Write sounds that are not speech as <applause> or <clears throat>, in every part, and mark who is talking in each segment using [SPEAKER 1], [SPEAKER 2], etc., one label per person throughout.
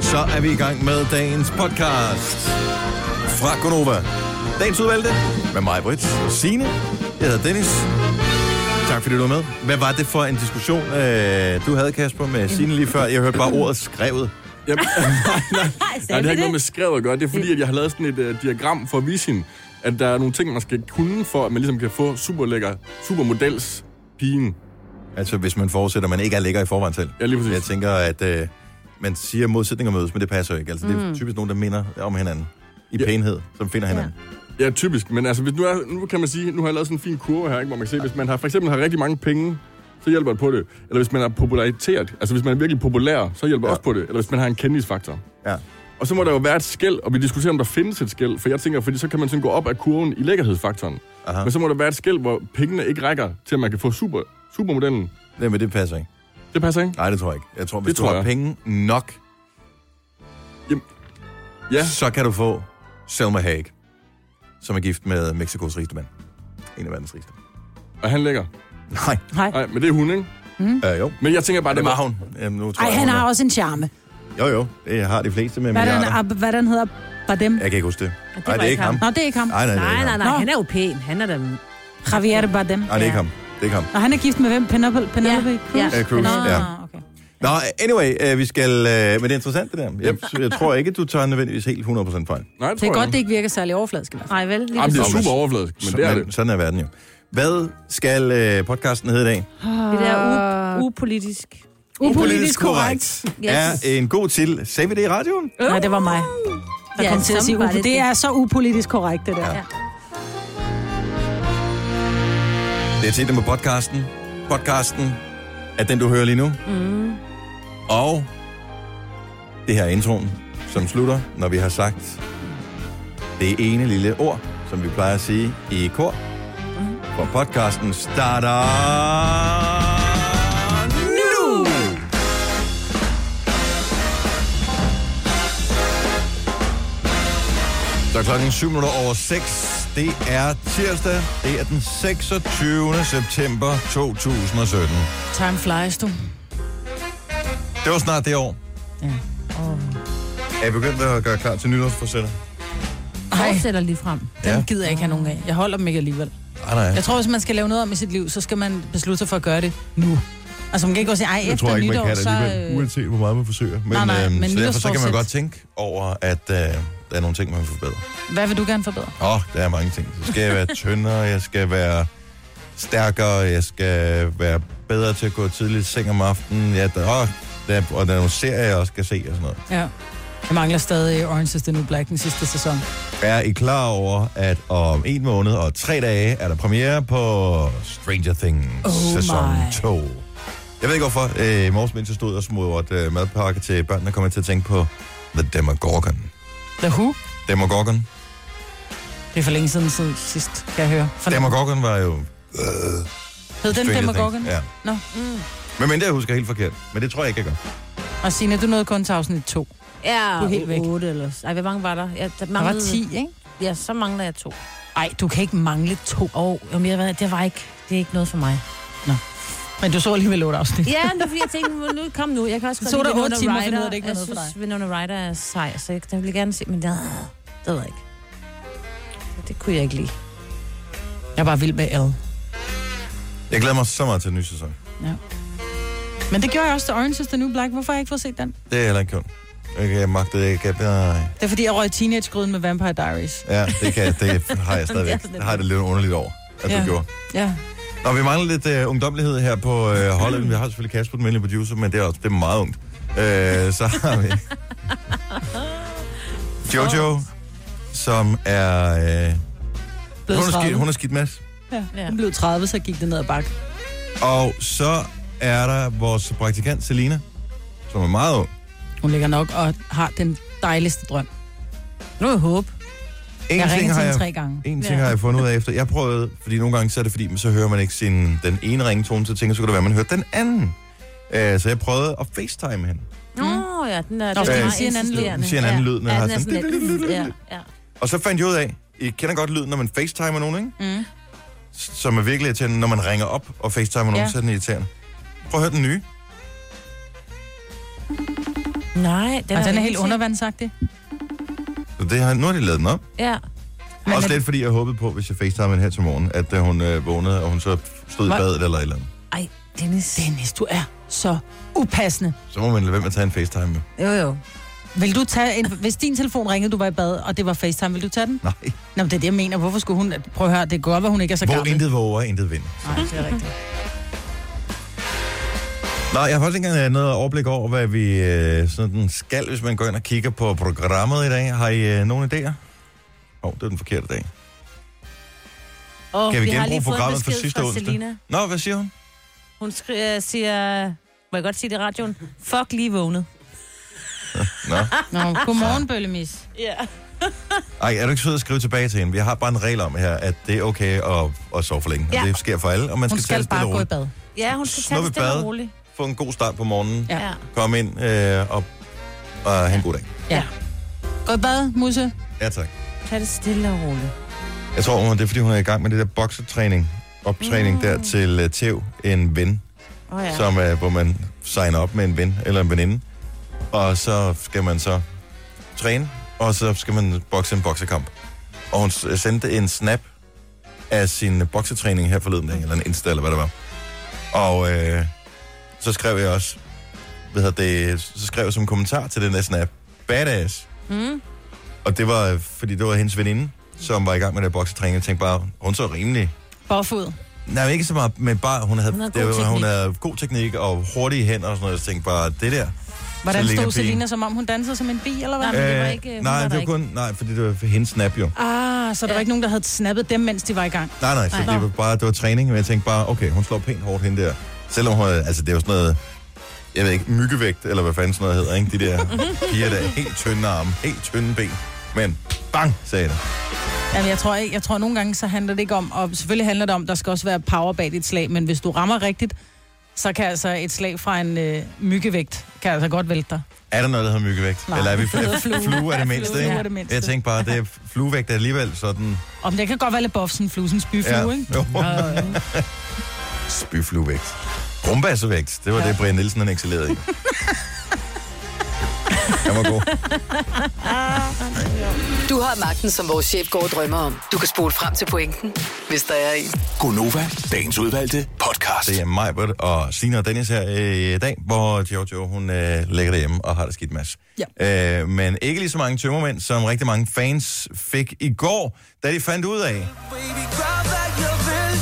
[SPEAKER 1] så er vi i gang med dagens podcast fra Gonova. Dagens udvalgte med mig, Britt og Signe. Jeg hedder Dennis. Tak fordi du var med. Hvad var det for en diskussion, øh, du havde, Kasper, med Signe lige før? Jeg hørte bare ordet skrevet.
[SPEAKER 2] Jamen, nej, nej, nej,
[SPEAKER 3] vi
[SPEAKER 2] det har
[SPEAKER 3] det?
[SPEAKER 2] ikke noget med skrevet at gøre. Det er fordi, at jeg har lavet sådan et uh, diagram for at vise hende, at der er nogle ting, man skal kunne, for at man ligesom kan få super lækker, supermodels pigen.
[SPEAKER 1] Altså, hvis man fortsætter, man ikke er lækker i forvejen selv.
[SPEAKER 2] Ja, lige præcis.
[SPEAKER 1] Jeg tænker, at øh, man siger modsætninger mødes, men det passer jo ikke. Altså, det er typisk nogen, der minder om hinanden. I
[SPEAKER 2] Ja.
[SPEAKER 1] pænhed, som finder hinanden.
[SPEAKER 2] Ja, typisk. Men altså, hvis nu, er, nu kan man sige, nu har jeg lavet sådan en fin kurve her, ikke, hvor man kan se, hvis man har, for eksempel har rigtig mange penge, så hjælper det på det. Eller hvis man er popularitet, altså hvis man er virkelig populær, så hjælper det også på det. Eller hvis man har en kendisfaktor.
[SPEAKER 1] Ja.
[SPEAKER 2] Og så må der jo være et skæld, og vi diskuterer, om der findes et skæld. For jeg tænker, fordi så kan man sådan gå op af kurven i lækkerhedsfaktoren.
[SPEAKER 1] Aha.
[SPEAKER 2] Men så må der være et skæld, hvor pengene ikke rækker til, at man kan få super, supermodellen.
[SPEAKER 1] Nej, men det passer ikke.
[SPEAKER 2] Det passer ikke?
[SPEAKER 1] Nej, det tror jeg ikke. Jeg tror, hvis
[SPEAKER 2] Det
[SPEAKER 1] du
[SPEAKER 2] tror
[SPEAKER 1] har
[SPEAKER 2] jeg.
[SPEAKER 1] penge nok,
[SPEAKER 2] Jamen, ja.
[SPEAKER 1] så kan du få Selma Haig, som er gift med Mexikos rigeste mand. En af verdens rigeste.
[SPEAKER 2] Og han lækker.
[SPEAKER 1] Nej.
[SPEAKER 2] Nej, men det er hun, ikke?
[SPEAKER 1] Øh, jo.
[SPEAKER 2] Men jeg tænker bare,
[SPEAKER 1] Ja, det
[SPEAKER 2] må-
[SPEAKER 1] var hun. Jamen, nu tror
[SPEAKER 3] Ej,
[SPEAKER 1] jeg,
[SPEAKER 3] han
[SPEAKER 1] hun
[SPEAKER 3] har
[SPEAKER 1] er-
[SPEAKER 3] også en charme.
[SPEAKER 1] Jo, jo. Det har de fleste med
[SPEAKER 3] Hvad den,
[SPEAKER 1] milliarder.
[SPEAKER 3] ab- hvad den hedder? Var dem?
[SPEAKER 1] Jeg kan ikke huske det.
[SPEAKER 4] det
[SPEAKER 1] Nej,
[SPEAKER 4] var
[SPEAKER 1] det er
[SPEAKER 4] ikke
[SPEAKER 1] ikke ham.
[SPEAKER 3] Nå, det er ikke ham.
[SPEAKER 1] Nej, nej, det er
[SPEAKER 4] Nej,
[SPEAKER 1] ikke
[SPEAKER 4] nej,
[SPEAKER 1] ham.
[SPEAKER 4] nej.
[SPEAKER 3] Nå.
[SPEAKER 4] Han er jo pæn. Han er da... Ja.
[SPEAKER 3] Javier det bare dem.
[SPEAKER 1] Nej, det er ikke ham. Det er ikke ham.
[SPEAKER 3] Og han er gift med hvem? Penelope, Penelope
[SPEAKER 4] Ja.
[SPEAKER 3] Cruz?
[SPEAKER 1] Ja, Cruz,
[SPEAKER 3] Nå,
[SPEAKER 1] ja.
[SPEAKER 3] okay.
[SPEAKER 1] Nå, anyway, øh, vi skal... Øh, men det er interessant, det der. Jeg, jeg tror ikke, du tager nødvendigvis helt 100% fejl.
[SPEAKER 2] Nej, det
[SPEAKER 3] Det er
[SPEAKER 2] tror
[SPEAKER 3] godt, det
[SPEAKER 2] jeg.
[SPEAKER 3] ikke virker særlig overfladisk. i hvert fald.
[SPEAKER 4] Nej, vel? Lige
[SPEAKER 2] Jamen, det
[SPEAKER 4] præcis.
[SPEAKER 2] er super overfladisk, men det er det.
[SPEAKER 1] Sådan er verden jo. Hvad skal øh, podcasten hedde i dag?
[SPEAKER 4] det der u- upolitisk.
[SPEAKER 3] Upolitisk korrekt. Mm. Uh!
[SPEAKER 1] Er
[SPEAKER 4] Yes.
[SPEAKER 1] en god til... Sagde vi det i radioen?
[SPEAKER 3] Nej, det var mig, der
[SPEAKER 4] Ja,
[SPEAKER 3] kom til at
[SPEAKER 4] sådan
[SPEAKER 3] sige
[SPEAKER 4] var
[SPEAKER 3] upo-
[SPEAKER 4] det.
[SPEAKER 3] Det er så upolitisk korrekt, det der.
[SPEAKER 1] Ja. Det er tit det med podcasten. Podcasten er den, du hører lige nu. Mm. Og det her er introen, som slutter, når vi har sagt det ene lille ord, som vi plejer at sige i kor. For podcasten starter nu! Så er klokken 7 minutter over 6. Det er tirsdag. Det er den 26. september 2017.
[SPEAKER 3] Time flies, du.
[SPEAKER 1] Det var snart det år.
[SPEAKER 3] Ja.
[SPEAKER 1] Er I begyndt at gøre klar til nytårsforsætter?
[SPEAKER 4] Fortsætter lige frem.
[SPEAKER 3] Den
[SPEAKER 1] Ja.
[SPEAKER 3] gider jeg ikke have nogen af. Jeg holder dem ikke alligevel.
[SPEAKER 1] Ah, nej.
[SPEAKER 3] Jeg tror, hvis man skal lave noget om i sit liv, så skal man beslutte sig for at gøre det nu. Altså, man kan ikke gå og sige, ej,
[SPEAKER 1] Jeg
[SPEAKER 3] efter
[SPEAKER 1] tror ikke, man
[SPEAKER 3] nytår,
[SPEAKER 1] kan det
[SPEAKER 3] så...
[SPEAKER 1] alligevel,
[SPEAKER 3] Øh,
[SPEAKER 1] uanset hvor meget man forsøger. Men,
[SPEAKER 3] Nej, nej,
[SPEAKER 1] øhm,
[SPEAKER 3] men
[SPEAKER 1] så derfor så kan man
[SPEAKER 3] nytårsforsæt.
[SPEAKER 1] godt tænke over, at øh, der er nogle ting, man vil forbedre.
[SPEAKER 3] hvad vil du gerne forbedre?
[SPEAKER 1] Åh, oh, der er mange ting. Så skal jeg
[SPEAKER 3] <laughs>
[SPEAKER 1] være tyndere, jeg skal være stærkere, jeg skal være bedre til at gå tidligt i seng om aftenen. Ja, der, oh, der, og der er nogle serier, jeg også skal se og sådan noget.
[SPEAKER 3] Ja. Jeg mangler stadig Orange is the New Black den sidste sæson.
[SPEAKER 1] Er I klar over, at om en måned og tre dage er der premiere på Stranger Things
[SPEAKER 3] Oh
[SPEAKER 1] sæson
[SPEAKER 3] my.
[SPEAKER 1] 2? Jeg ved ikke hvorfor. Øh, I morges mens jeg stod og smod et øh, madpakke til børnene, kom jeg til at tænke på The Demogorgon.
[SPEAKER 3] The Who?
[SPEAKER 1] Demogorgon?
[SPEAKER 3] Det er for længe siden, siden sidst, kan jeg høre. For
[SPEAKER 1] Demogorgon var jo... øh,
[SPEAKER 3] Hed den
[SPEAKER 1] Stranger
[SPEAKER 3] Demagoggen?
[SPEAKER 1] Things, Ja.
[SPEAKER 3] Nå.
[SPEAKER 4] Mm.
[SPEAKER 1] Men mindre jeg husker helt forkert. Men det tror jeg ikke, jeg gør.
[SPEAKER 3] Og Signe, du nåede kun til afsnit 2.
[SPEAKER 4] Ja,
[SPEAKER 3] Du er helt væk.
[SPEAKER 4] 8 eller... Ej, hvor mange var der? Jeg, der,
[SPEAKER 3] Der var
[SPEAKER 4] manglede...
[SPEAKER 3] 10, ikke?
[SPEAKER 4] Ja, så mangler jeg to.
[SPEAKER 3] Ej, du kan ikke mangle to.
[SPEAKER 4] Åh, oh, jeg ved, det var ikke... Det er ikke noget for mig.
[SPEAKER 3] Men du så alligevel 8 afsnit.
[SPEAKER 4] Ja, men det er fordi, jeg tænkte, "Well, nu kom nu. Jeg kan også
[SPEAKER 3] Så
[SPEAKER 4] godt
[SPEAKER 3] der
[SPEAKER 4] lide
[SPEAKER 3] otte
[SPEAKER 4] Winona
[SPEAKER 3] timer,
[SPEAKER 4] Ryder.
[SPEAKER 3] finder ud af, det ikke var
[SPEAKER 4] Jeg
[SPEAKER 3] noget for
[SPEAKER 4] synes, Winona Ryder er sej, så jeg, den vil jeg gerne se, men det, det ved jeg ikke. Så Det kunne jeg ikke lide.
[SPEAKER 3] Jeg var vild med L.
[SPEAKER 1] Jeg glæder mig så meget til den nye sæson.
[SPEAKER 3] Men det gjorde jeg også til Orange is the New Black. Hvorfor har jeg ikke fået set den?
[SPEAKER 1] Det er jeg heller ikke gjort. Okay, jeg magtede ikke. Jeg, nej.
[SPEAKER 3] Det er fordi, jeg røg teenage-gryden med Vampire Diaries.
[SPEAKER 1] ja, det, kan,
[SPEAKER 3] <laughs>
[SPEAKER 1] det har jeg stadigvæk. Det har jeg det lidt underligt over, at du
[SPEAKER 3] Ja.
[SPEAKER 1] gjorde.
[SPEAKER 3] Ja.
[SPEAKER 1] Nå, vi mangler lidt øh, ungdommelighed her på øh, holdet. Vi har selvfølgelig Kasper, den venlige producer, men det er, også, det er meget ungt. Øh, så har vi Jojo, som er... Øh,
[SPEAKER 3] Blev
[SPEAKER 1] hun, er
[SPEAKER 3] 30.
[SPEAKER 1] skidt, hun er skidt med.
[SPEAKER 3] Ja. Hun blev 30, så gik det ned ad bakke.
[SPEAKER 1] Og så er der vores praktikant, Selina, som er meget ung.
[SPEAKER 3] Hun ligger nok og har den dejligste drøm. Nu jeg håbe.
[SPEAKER 1] En
[SPEAKER 3] Jeg
[SPEAKER 1] ting har
[SPEAKER 3] ringede til hende
[SPEAKER 1] jeg,
[SPEAKER 3] tre gange.
[SPEAKER 1] en ting har jeg fundet ud af efter. Jeg prøvede, fordi nogle gange så er det fordi, men så hører man ikke sin, den ene ringetone, så tænker jeg, så kunne det være, man hørte den anden. Øh, så jeg prøvede at facetime hende.
[SPEAKER 4] Nå, mm. ja, den
[SPEAKER 3] Nå,
[SPEAKER 4] er... den
[SPEAKER 3] fordi
[SPEAKER 4] er
[SPEAKER 3] den
[SPEAKER 4] meget
[SPEAKER 3] siger en anden lyd.
[SPEAKER 4] insisterende.
[SPEAKER 1] Den siger en anden
[SPEAKER 4] ja.
[SPEAKER 1] lyd, når
[SPEAKER 4] ja,
[SPEAKER 1] jeg har
[SPEAKER 4] den er
[SPEAKER 1] sådan-
[SPEAKER 4] sådan lidt... Ja, ja.
[SPEAKER 1] Og så fandt jeg ud af, I kender godt lyden, når man facetimer nogen, ikke?
[SPEAKER 3] Mm.
[SPEAKER 1] S- Som er virkelig irriterende, når man ringer op og facetimer nogen,
[SPEAKER 3] Ja.
[SPEAKER 1] så er den irriterende. Prøv at høre den nye.
[SPEAKER 4] Nå, Nej, Altså, den,
[SPEAKER 3] Og den Altså, er
[SPEAKER 4] jo
[SPEAKER 3] helt
[SPEAKER 4] ingenting.
[SPEAKER 3] undervandsagtig.
[SPEAKER 1] Så det har, nu har de lavet den op.
[SPEAKER 4] Ja.
[SPEAKER 1] Men også
[SPEAKER 3] er-
[SPEAKER 1] lidt fordi jeg håbede på, hvis jeg facetimede her til morgen, at da hun øh, vågnede, og hun så stod i
[SPEAKER 3] Hvad?
[SPEAKER 1] badet eller et eller andet.
[SPEAKER 4] Ej, Dennis.
[SPEAKER 3] Dennis, du er så upassende.
[SPEAKER 1] Så må man lade være med at tage en facetime med.
[SPEAKER 4] Jo, jo.
[SPEAKER 3] Vil du tage en, hvis din telefon ringede, du var i bad, og det var FaceTime, vil du tage den?
[SPEAKER 1] Nej.
[SPEAKER 3] Nå, men det er det, jeg mener. Hvorfor skulle hun... Prøv at høre, det går op, at hun ikke er så
[SPEAKER 1] Hvor
[SPEAKER 3] gammel.
[SPEAKER 1] intet våger, intet vinder.
[SPEAKER 3] Nej, det er
[SPEAKER 4] <laughs>
[SPEAKER 3] rigtigt.
[SPEAKER 1] Nej, jeg har faktisk ikke engang øh, noget overblik over, hvad vi øh, sådan skal, hvis man går ind og kigger på programmet i dag. Har I øh, nogen idéer? Åh, oh, det er den forkerte dag.
[SPEAKER 4] Og
[SPEAKER 1] Kan vi
[SPEAKER 4] har
[SPEAKER 1] genbruge
[SPEAKER 4] lige fået en
[SPEAKER 1] programmet fra
[SPEAKER 4] besked
[SPEAKER 1] sidste
[SPEAKER 4] fra
[SPEAKER 1] onsdag?
[SPEAKER 4] Selina.
[SPEAKER 1] Nå, hvad siger hun?
[SPEAKER 4] Hun skri- øh, siger, må jeg godt sige det i radioen? Fuck lige vågnet.
[SPEAKER 1] Nå.
[SPEAKER 3] Nå, godmorgen, bøllemis.
[SPEAKER 4] Ja.
[SPEAKER 1] Ej, er du ikke sød at skrive tilbage til hende? Vi har bare en regel om her, at det er okay at, at sove for længe. Ja.
[SPEAKER 4] Ja.
[SPEAKER 1] Det sker for alle, og man skal,
[SPEAKER 3] Hun
[SPEAKER 1] tage
[SPEAKER 3] skal
[SPEAKER 1] det stille
[SPEAKER 3] bare
[SPEAKER 1] og
[SPEAKER 3] gå i
[SPEAKER 1] roligt.
[SPEAKER 3] bad.
[SPEAKER 4] Ja, hun skal
[SPEAKER 1] Snup
[SPEAKER 4] tage
[SPEAKER 1] i
[SPEAKER 4] det stille
[SPEAKER 1] bad.
[SPEAKER 4] og roligt.
[SPEAKER 1] Få en god start på morgenen.
[SPEAKER 3] Ja.
[SPEAKER 4] Ja.
[SPEAKER 1] Kom ind øh, og, og have en god dag.
[SPEAKER 3] Ja. Gå i bad, Musse.
[SPEAKER 1] Ja, tak.
[SPEAKER 4] Tag det stille og roligt.
[SPEAKER 1] Jeg tror, hun- det er, fordi hun er i gang med det der boksetræning, optræning
[SPEAKER 3] Ah.
[SPEAKER 1] mm. der til uh, Tev, en ven,
[SPEAKER 4] Åh oh,
[SPEAKER 1] ja.
[SPEAKER 4] ja.
[SPEAKER 1] som, uh, hvor man signer op med en ven eller en veninde. Og så skal man så træne, og så skal man bokse en boksekamp. Og hun s- øh, sendte en snap af sin boksetræning her forleden dag, eller en Insta, eller hvad det var. Og øh, så skrev jeg også, hvad hedder det, så skrev jeg som kommentar til den der snap, badass.
[SPEAKER 4] Mm.
[SPEAKER 1] Og det var, øh, fordi det var hendes veninde, som var i gang med den boksetræning. Jeg tænkte bare, hun så rimelig.
[SPEAKER 3] Barfod.
[SPEAKER 1] Nej, men ikke så meget, men bare, hun havde,
[SPEAKER 4] Hun havde
[SPEAKER 1] det,
[SPEAKER 4] god
[SPEAKER 1] var- hun
[SPEAKER 4] teknik.
[SPEAKER 1] havde god teknik og hurtige hænder og sådan noget. Jeg tænkte bare, det der.
[SPEAKER 3] Hvordan
[SPEAKER 1] Selina
[SPEAKER 3] stod
[SPEAKER 1] pigen.
[SPEAKER 3] Selina, som om hun dansede som en bi, eller hvad?
[SPEAKER 4] Nej, men det var ikke- hun var
[SPEAKER 1] Øh, nej,
[SPEAKER 4] der
[SPEAKER 1] det var
[SPEAKER 4] ikke.
[SPEAKER 1] kun, nej, fordi det var hendes snap jo.
[SPEAKER 3] Ah, så der var ikke nogen, der havde snappet dem, mens de var i gang.
[SPEAKER 1] Nej, nej, så
[SPEAKER 4] Nej.
[SPEAKER 1] det var bare, det var træning, men jeg tænkte bare, okay, hun slår pænt hårdt hende der. Selvom hun, altså det var sådan noget, jeg ved ikke, myggevægt, eller hvad fanden sådan noget hedder, ikke? De
[SPEAKER 4] <laughs>
[SPEAKER 1] der piger der, helt tynde arme, helt tynde ben. Men bang, sagde det.
[SPEAKER 3] Jamen, jeg tror, ikke, jeg tror nogle gange, så handler det ikke om, og selvfølgelig handler det om, der skal også være power bag dit slag, men hvis du rammer rigtigt, så kan altså et slag fra en øh, myggevægt, kan altså godt vælte dig.
[SPEAKER 1] Er der noget, der hedder myggevægt?
[SPEAKER 3] Nej.
[SPEAKER 1] Eller
[SPEAKER 4] <laughs>
[SPEAKER 1] er vi
[SPEAKER 3] Flue.
[SPEAKER 1] flue, flue er det mindste,
[SPEAKER 3] Flue er
[SPEAKER 1] ikke?
[SPEAKER 3] det mindste.
[SPEAKER 1] Jeg tænkte bare, det er fluevægt er alligevel sådan...
[SPEAKER 3] Om det kan godt være lidt bofsen, flusens byflue,
[SPEAKER 1] Ja,
[SPEAKER 3] ikke?
[SPEAKER 1] jo.
[SPEAKER 3] Og,
[SPEAKER 1] Spyfluevægt. Rumbassevægt. Det var ja.
[SPEAKER 3] Ja.
[SPEAKER 1] det, Brian Nielsen han excellerede i. Jeg var god.
[SPEAKER 5] Du har magten, som vores chef går og drømmer om. Du kan spole frem til pointen, hvis der er en.
[SPEAKER 6] Gonova, dagens udvalgte podcast.
[SPEAKER 1] Det er Majbert og Sina og Dennis her øh, i dag, hvor Jojo, hun øh, ligger derhjemme og har det skidt mas. Ja. Øh, men ikke lige så mange tømmermænd, som rigtig mange fans fik i går, da de fandt ud af,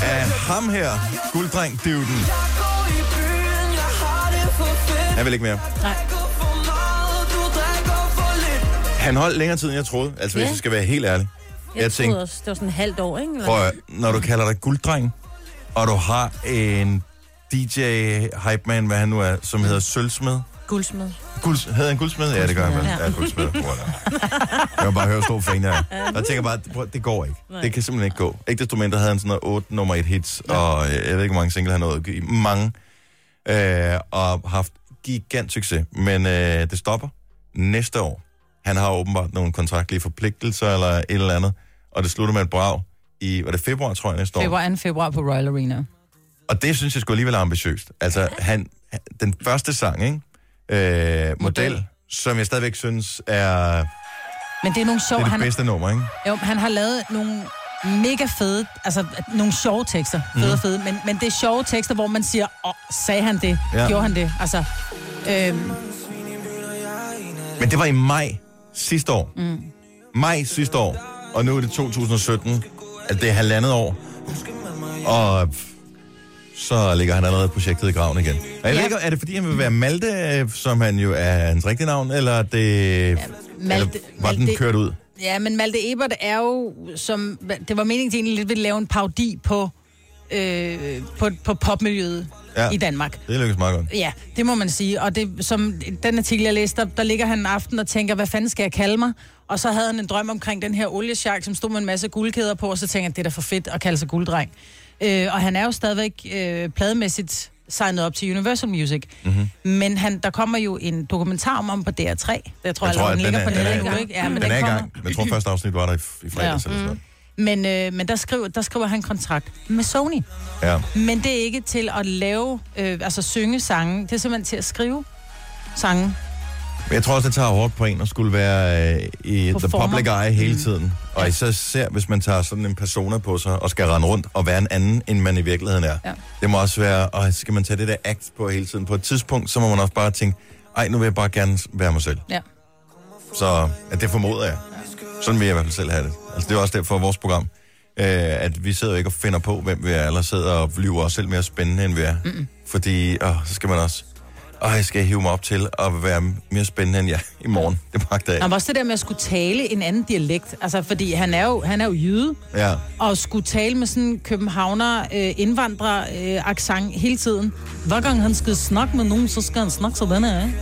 [SPEAKER 1] at ham her, gulddreng Duden, han vil ikke mere. Han holdt længere tid, end jeg troede. Altså, hvis
[SPEAKER 4] Ja.
[SPEAKER 1] jeg skal være helt ærlig.
[SPEAKER 4] Jeg, jeg tænkte... Også, det var sådan et halvt år, ikke? Eller?
[SPEAKER 1] Prøv at, når du kalder dig gulddreng, og du har en DJ hype man, hvad han nu er, som hedder Sølvsmed.
[SPEAKER 4] Guldsmed.
[SPEAKER 1] Guld, hedder han guldsmed? Ja, det gør han vel. Ja, guldsmed. Whatever. Jeg kan bare høre, hvor stor fan jeg er. Og jeg tænker bare, prøv, det går ikke. Det kan simpelthen ikke gå. Ikke desto mindre havde han sådan noget 8 nummer 1 hits, og øh, jeg ved ikke, hvor mange singler han nåede at give. Mange. Øh, og haft gigant succes. Men øh, det stopper næste år. Han har åbenbart nogle kontraktlige forpligtelser eller et eller andet. Og det slutter med et brag i, var det februar, tror jeg, næste år.
[SPEAKER 3] februar, 2. februar på Royal Arena.
[SPEAKER 1] Og det synes jeg skulle alligevel er ambitiøst. Altså, han, han- den første sang, ikke? Øh, model, som jeg stadigvæk synes er
[SPEAKER 3] Men det er nogle
[SPEAKER 1] det,
[SPEAKER 3] sjove...
[SPEAKER 1] er det
[SPEAKER 3] Han,
[SPEAKER 1] bedste nummer, ikke?
[SPEAKER 3] jo, han har lavet nogle mega fede, altså nogle sjove tekster.
[SPEAKER 1] Mhm.
[SPEAKER 3] Fede, fede. Men, men det er sjove tekster, hvor man siger, åh, sagde han det?
[SPEAKER 1] Ja.
[SPEAKER 3] Ja. Gjorde han det? Altså, øhm,
[SPEAKER 1] Men det var i maj sidste år. Mm. Maj sidste år, og nu er det 2017, at det er halvandet år. Og pff, så ligger han allerede projektet i graven igen. Og jeg ved
[SPEAKER 3] Ja.
[SPEAKER 1] ikke, er det fordi, han vil være Malte, øh, som han jo er hans rigtige navn, eller er det...
[SPEAKER 3] Malte-
[SPEAKER 1] eller var den
[SPEAKER 3] Malte-
[SPEAKER 1] kørt ud?
[SPEAKER 3] Ja, men Malte Ebert er jo, som, det var meningen, at de egentlig lidt ville lave en parodi på, øh, på, på popmiljøet
[SPEAKER 1] Ja.
[SPEAKER 3] ja. i Danmark.
[SPEAKER 1] Det lykkedes meget godt.
[SPEAKER 3] Ja, det må man sige. Og det, som den artikel, jeg læste, der, der ligger han en aften og tænker, hvad fanden skal jeg kalde mig? Og så havde han en drøm omkring den her olieshark, som stod med en masse guldkæder på, og så tænker han, det er da for fedt at kalde sig gulddreng. Øh, og han er jo stadigvæk øh, plademæssigt signet op til Universal Music. Mm-hmm.
[SPEAKER 1] Mhm.
[SPEAKER 3] Men han, der kommer jo en dokumentar om ham på DR3. Jeg tror, jeg tror allerede,
[SPEAKER 1] at
[SPEAKER 3] den ligger
[SPEAKER 1] er-
[SPEAKER 3] på nettet
[SPEAKER 1] den er-
[SPEAKER 3] nu, ikke? Ja, men
[SPEAKER 1] den,
[SPEAKER 3] den
[SPEAKER 1] er i
[SPEAKER 3] kommer. Mm.
[SPEAKER 1] gang. Jeg tror, første afsnit var der i, i fredags. Ja. Eller sådan.
[SPEAKER 3] Men, øh, men der, skriver, der skriver han kontrakt med Sony.
[SPEAKER 1] Ja.
[SPEAKER 3] Men det er ikke til at lave, øh, altså synge sange. Det er simpelthen til at skrive sange.
[SPEAKER 1] Men jeg tror også, det tager hårdt på en at skulle være øh, i the
[SPEAKER 3] Performer.
[SPEAKER 1] public eye hele
[SPEAKER 3] Mm.
[SPEAKER 1] tiden. Og især ser, hvis man tager sådan en persona på sig og skal rende rundt og være en anden, end man i virkeligheden er.
[SPEAKER 3] Ja.
[SPEAKER 1] Det må også være, og skal man tage det der act på hele tiden? På et tidspunkt, så må man også bare tænke, ej, nu vil jeg bare gerne være mig selv.
[SPEAKER 3] Ja.
[SPEAKER 1] Så ja, det formoder jeg. Sådan vil jeg i hvert fald selv have det. Altså, det er jo også derfor vores program, øh, at vi sidder jo ikke og finder på, hvem vi er, eller sidder og lyver os selv mere spændende, end vi er. Mm-mm. Fordi, åh, så skal man også, åh, jeg skal hive mig op til at være mere spændende end jeg i morgen. Det magter jeg
[SPEAKER 3] Nå,
[SPEAKER 1] ikke.
[SPEAKER 3] men også det der med at skulle tale en anden dialekt. Altså, fordi han er jo, han er jo jyde,
[SPEAKER 1] Ja.
[SPEAKER 3] og skulle tale med sådan en københavner øh, indvandrer øh, accent hele tiden. Hver gang han skal snakke med nogen, så skal han snakke sådan her, ikke?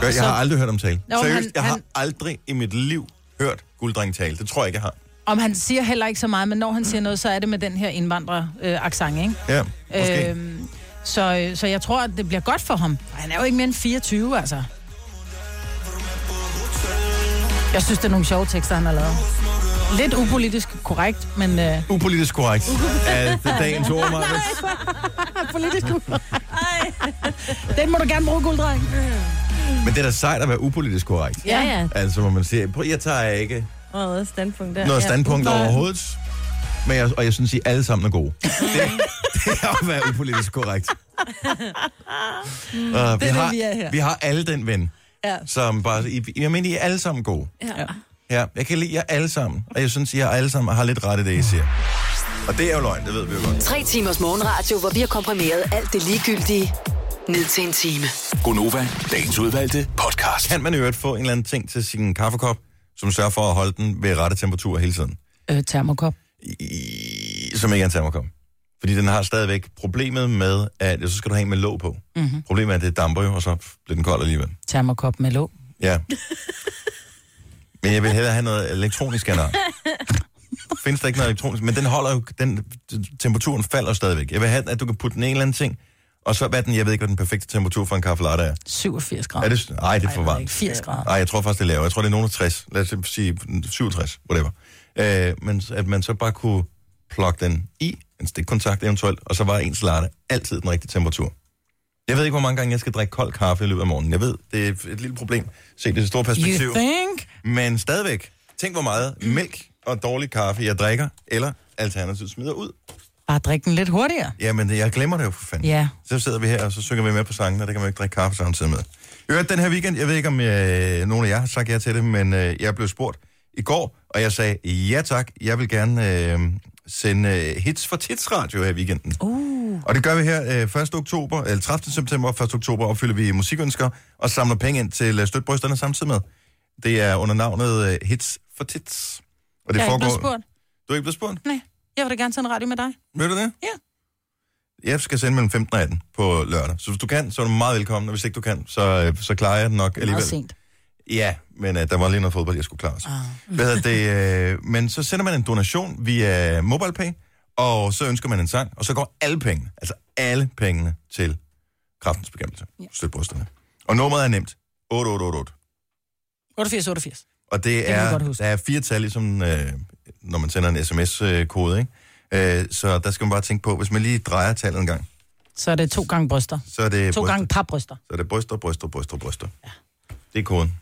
[SPEAKER 1] Gør- Jeg har aldrig hørt om tale.
[SPEAKER 3] Nå, men
[SPEAKER 1] Seriøst,
[SPEAKER 3] han-
[SPEAKER 1] jeg har
[SPEAKER 3] han-
[SPEAKER 1] aldrig i mit liv hørt gulddreng tale. Det tror jeg ikke, jeg har.
[SPEAKER 3] Om han siger heller ikke så meget, men når han siger noget, så er det med den her indvandrer øh, accent, ikke?
[SPEAKER 1] Ja, måske. Øh...
[SPEAKER 3] Øhm, så, så jeg tror, at det bliver godt for ham. Han er jo ikke mere end 24, altså. Jeg synes, det er nogle sjove tekster, han har lavet. Lidt upolitisk korrekt, men... Øh,
[SPEAKER 1] Upolitisk korrekt er dagens ord,
[SPEAKER 3] <laughs>
[SPEAKER 1] Marvitt.
[SPEAKER 3] politisk korrekt. Den må du gerne bruge, gulddreng.
[SPEAKER 1] Men det er da sejt at være upolitisk korrekt.
[SPEAKER 4] Ja, ja.
[SPEAKER 1] Altså, hvor man siger, "Prøv, jeg tager ikke
[SPEAKER 4] Noget standpunkt der.
[SPEAKER 1] noget
[SPEAKER 4] ja.
[SPEAKER 1] standpunkt
[SPEAKER 4] Udenfor.
[SPEAKER 1] overhovedet. Men jeg, og jeg synes, I alle sammen er gode.
[SPEAKER 3] <laughs>
[SPEAKER 1] Det, det er at være upolitisk korrekt. Uh, vi,
[SPEAKER 3] Mm. det,
[SPEAKER 1] har,
[SPEAKER 3] vi er her.
[SPEAKER 1] vi har alle den ven,
[SPEAKER 4] Ja.
[SPEAKER 1] som bare... I, jeg mener, I er alle sammen gode.
[SPEAKER 4] Ja.
[SPEAKER 1] Ja, jeg kan lide jer alle sammen. Og jeg synes, I er alle sammen har lidt ret i det, I siger. Og det er jo løgn, det ved vi jo godt.
[SPEAKER 5] Tre timers morgenradio, hvor vi har komprimeret alt det ligegyldige ned til en time.
[SPEAKER 6] Gonova, dagens udvalgte podcast.
[SPEAKER 1] Kan man i øvrigt få en eller anden ting til sin kaffekop, som sørger for at holde den ved rette temperatur hele tiden?
[SPEAKER 3] Øh, termokop.
[SPEAKER 1] i, som ikke er en termokop. Fordi den har stadigvæk problemet med, at ja, så skal du have en med låg på. Mm-hmm. Problemet er, at det damper jo, og så bliver den kold alligevel.
[SPEAKER 3] Termokop med låg.
[SPEAKER 1] Ja. Men jeg vil hellere have noget elektronisk end noget. Findes der ikke noget elektronisk? Men den holder jo, den, temperaturen falder stadigvæk. Jeg vil have, at du kan putte den i en eller anden ting, og så hvad er den, jeg ved ikke, hvad den perfekte temperatur for en kaffe latte er.
[SPEAKER 3] 87 grader.
[SPEAKER 1] Er det, nej, det er for
[SPEAKER 3] Ej,
[SPEAKER 1] varmt.
[SPEAKER 3] 80 grader.
[SPEAKER 1] Nej, jeg tror faktisk, det er lavere. Jeg tror, det er nogen af 60. Lad os sige 67, whatever. Øh, men s- at man så bare kunne plukke den i, en stikkontakt eventuelt, og så var ens latte altid den rigtige temperatur. Jeg ved ikke, hvor mange gange jeg skal drikke kold kaffe i løbet af morgenen. Jeg ved, det er et lille problem. Se, det er et stort perspektiv.
[SPEAKER 3] You think?
[SPEAKER 1] Men stadigvæk, tænk hvor meget mælk og dårlig kaffe, jeg drikker, eller alternativt smider ud.
[SPEAKER 3] Bare drik den lidt hurtigere.
[SPEAKER 1] Jamen, jeg glemmer det jo for fanden.
[SPEAKER 3] Ja.
[SPEAKER 1] Så sidder vi her, og så synger vi med på sangen, og det kan man jo ikke drikke kaffe samtidig med. Øvrigt, den her weekend, jeg ved ikke, om øh, nogen af jer har sagt ja til det, men øh, jeg blev spurgt i går, og jeg sagde, ja tak, jeg vil gerne øh, sende øh, hits for Tits Radio her i weekenden. Uh. Og det gør vi her øh, 1. oktober, eller 30. september og 1. oktober, opfylder vi musikønsker og samler penge ind til øh, støtbrysterne samtidig med. Det er under navnet øh, Hits for Tits. Og det
[SPEAKER 3] jeg er ikke blevet spurgt.
[SPEAKER 1] Du er ikke blevet spurgt?
[SPEAKER 3] Nej, jeg vil da gerne sende radio med dig.
[SPEAKER 1] Ved du det?
[SPEAKER 3] Ja.
[SPEAKER 1] Jeg skal sende mellem 15 og 18 på lørdag. Så hvis du kan, så er du meget velkommen. Og hvis ikke du kan, så, øh, så klarer jeg det nok alligevel.
[SPEAKER 3] Meget sent.
[SPEAKER 1] Ja, men uh, der var lige noget fodbold, jeg skulle klare os. Ah. Hvad hedder det? Uh, men så sender man en donation via MobilePay, og så ønsker man en sang, og så går alle pengene, altså alle pengene til kraftens bekæmpelse. Ja. Støt brysterne. Og nummeret er nemt. 8888.
[SPEAKER 3] 88, 88.
[SPEAKER 1] Og det
[SPEAKER 3] kan jeg
[SPEAKER 1] er,
[SPEAKER 3] godt huske.
[SPEAKER 1] der er fire tal, ligesom øh, når man sender en sms-kode, ikke? Øh, så der skal man bare tænke på, hvis man lige drejer tallet en gang,
[SPEAKER 3] Så er det to gange bryster.
[SPEAKER 1] så er det
[SPEAKER 3] To
[SPEAKER 1] bryster.
[SPEAKER 3] gange papbryster.
[SPEAKER 1] Så er det bryster, bryster, bryster, bryster. Ja. Det er koden.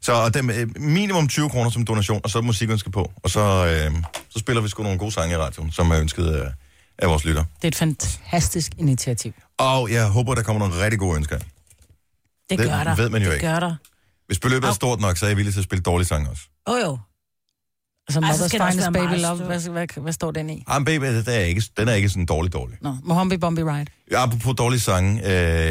[SPEAKER 1] Så og dem, øh, minimum 20 kroner som donation, og så er musikønske på. Og så, øh, så spiller vi sgu nogle gode sange i radioen, som er ønsket af, af vores lytter.
[SPEAKER 3] Det er et fantastisk initiativ.
[SPEAKER 1] Og jeg håber, der kommer nogle rigtig gode ønsker. ind.
[SPEAKER 4] Det,
[SPEAKER 1] Det
[SPEAKER 4] gør der.
[SPEAKER 1] ved man jo
[SPEAKER 4] det
[SPEAKER 1] ikke.
[SPEAKER 4] gør der.
[SPEAKER 1] Hvis beløbet er stort nok, så er jeg villig til at spille dårlige sange også.
[SPEAKER 4] Åh oh, jo.
[SPEAKER 3] Altså,
[SPEAKER 4] Ej, så
[SPEAKER 3] Mother's
[SPEAKER 4] skal der også
[SPEAKER 3] Finest
[SPEAKER 4] være
[SPEAKER 3] Baby
[SPEAKER 4] meget
[SPEAKER 3] Love.
[SPEAKER 4] støv.
[SPEAKER 3] Hvad, hvad, hvad står den i?
[SPEAKER 1] Ah, men baby, det er ikke, den er ikke sådan dårlig dårlig.
[SPEAKER 3] Nå, Mohambi Bombi Ride.
[SPEAKER 1] Ja, apropos dårlige sange. Øh,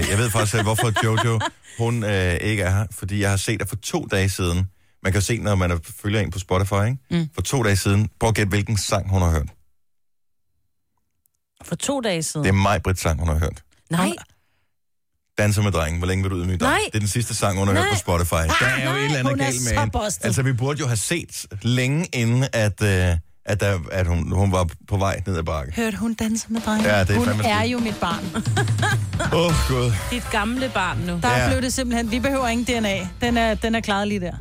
[SPEAKER 1] jeg ved faktisk, øh, hvorfor Jojo, hun øh, ikke er her. Fordi jeg har set dig for to dage siden. Man kan se, når man er- følger en på Spotify, ikke? Mm. For to dage siden. Prøv at gætte, hvilken sang hun har hørt.
[SPEAKER 4] For to dage siden.
[SPEAKER 1] Det er mig, Britt sang, hun har hørt.
[SPEAKER 4] Nej,
[SPEAKER 1] Danser med drengen. Hvor længe vil du ydmyge dig?
[SPEAKER 4] Nej.
[SPEAKER 1] Det er den sidste sang, hun har
[SPEAKER 4] Nej.
[SPEAKER 1] hørt på Spotify. Ah, der er jo
[SPEAKER 4] nej,
[SPEAKER 1] et eller andet
[SPEAKER 4] hun er
[SPEAKER 1] galt med
[SPEAKER 4] så
[SPEAKER 1] hende.
[SPEAKER 4] busted.
[SPEAKER 1] Altså, vi burde jo have set længe inden, at, øh, at, der, at hun, hun var på vej ned ad bakke.
[SPEAKER 3] Hørte hun danse med drengen?
[SPEAKER 1] Ja, det er
[SPEAKER 3] hun
[SPEAKER 1] fandme
[SPEAKER 3] er
[SPEAKER 1] skidt.
[SPEAKER 3] jo mit barn.
[SPEAKER 1] Åh, oh, Gud.
[SPEAKER 4] dit gamle barn nu.
[SPEAKER 3] Der
[SPEAKER 1] Ja.
[SPEAKER 3] ja. blev det simpelthen, vi behøver ingen DNA. Den er, den er klaret lige der.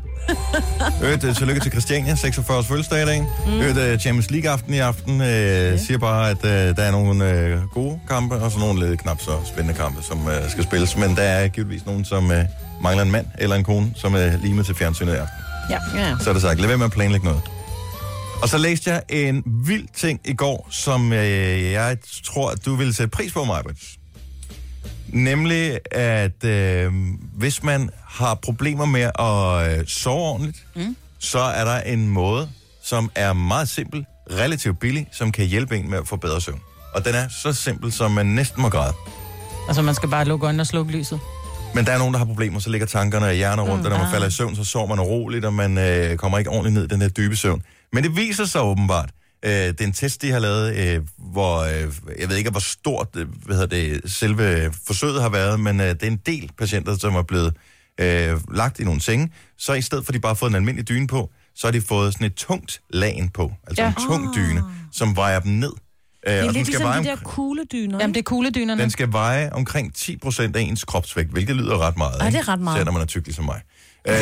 [SPEAKER 1] Øvrigt, øh, tillykke til Christiania, 46 års fødselsdag i dag. Mm. Øvrigt, øh, Champions League-aften i aften øh, siger bare, at øh, der er nogle øh, gode kampe, og så nogle lidt knap så spændende kampe, som øh, skal spilles. Men der er givetvis nogen, som øh, mangler en mand eller en kone, som er lige med til fjernsynet i aften.
[SPEAKER 3] Ja.
[SPEAKER 4] Ja.
[SPEAKER 1] Så er der sagt, lad være med at planlægge noget. Og så læste jeg en vild ting i går, som øh, jeg tror, at du ville sætte pris på, Majbrit. Nemlig, at øh, hvis man har problemer med at øh, sove ordentligt, mm. så er der en måde, som er meget simpel, relativt billig, som kan hjælpe en med at få bedre søvn. Og den er så simpel, som man næsten må græde.
[SPEAKER 3] Altså, man skal bare lukke øjnene og slukke lyset.
[SPEAKER 1] Men der er nogen, der har problemer, så ligger tankerne og hjerner rundt, mm, og når
[SPEAKER 4] Ah.
[SPEAKER 1] man falder i søvn, så sover man uroligt, og man øh, kommer ikke ordentligt ned i den her dybe søvn. Men det viser sig åbenbart, øh, det er en test, de har lavet, øh, hvor øh, jeg ved ikke, hvor stort øh, hvad hedder det, selve forsøget har været, men øh, det er en del patienter, som er blevet øh, lagt i nogle senge, så i stedet for, at de bare har fået en almindelig dyne på, så har de fået sådan et tungt lagen på, altså ja.
[SPEAKER 3] Ja.
[SPEAKER 1] en tung dyne, som vejer dem ned. Øh,
[SPEAKER 4] Ah. Det
[SPEAKER 1] og
[SPEAKER 4] er
[SPEAKER 1] den
[SPEAKER 4] lidt
[SPEAKER 1] skal
[SPEAKER 4] ligesom
[SPEAKER 1] veje
[SPEAKER 4] de der
[SPEAKER 1] omkring-
[SPEAKER 3] Jamen,
[SPEAKER 4] kugledyner.
[SPEAKER 3] det er
[SPEAKER 4] Mm-hmm.
[SPEAKER 3] kugledynerne.
[SPEAKER 1] den skal veje omkring 10% af ens kropsvægt, hvilket lyder ret meget.
[SPEAKER 4] Ej, det er
[SPEAKER 1] ikke?
[SPEAKER 4] ret meget.
[SPEAKER 1] Især når man er tyk ligesom mig.
[SPEAKER 4] <laughs>
[SPEAKER 1] øh,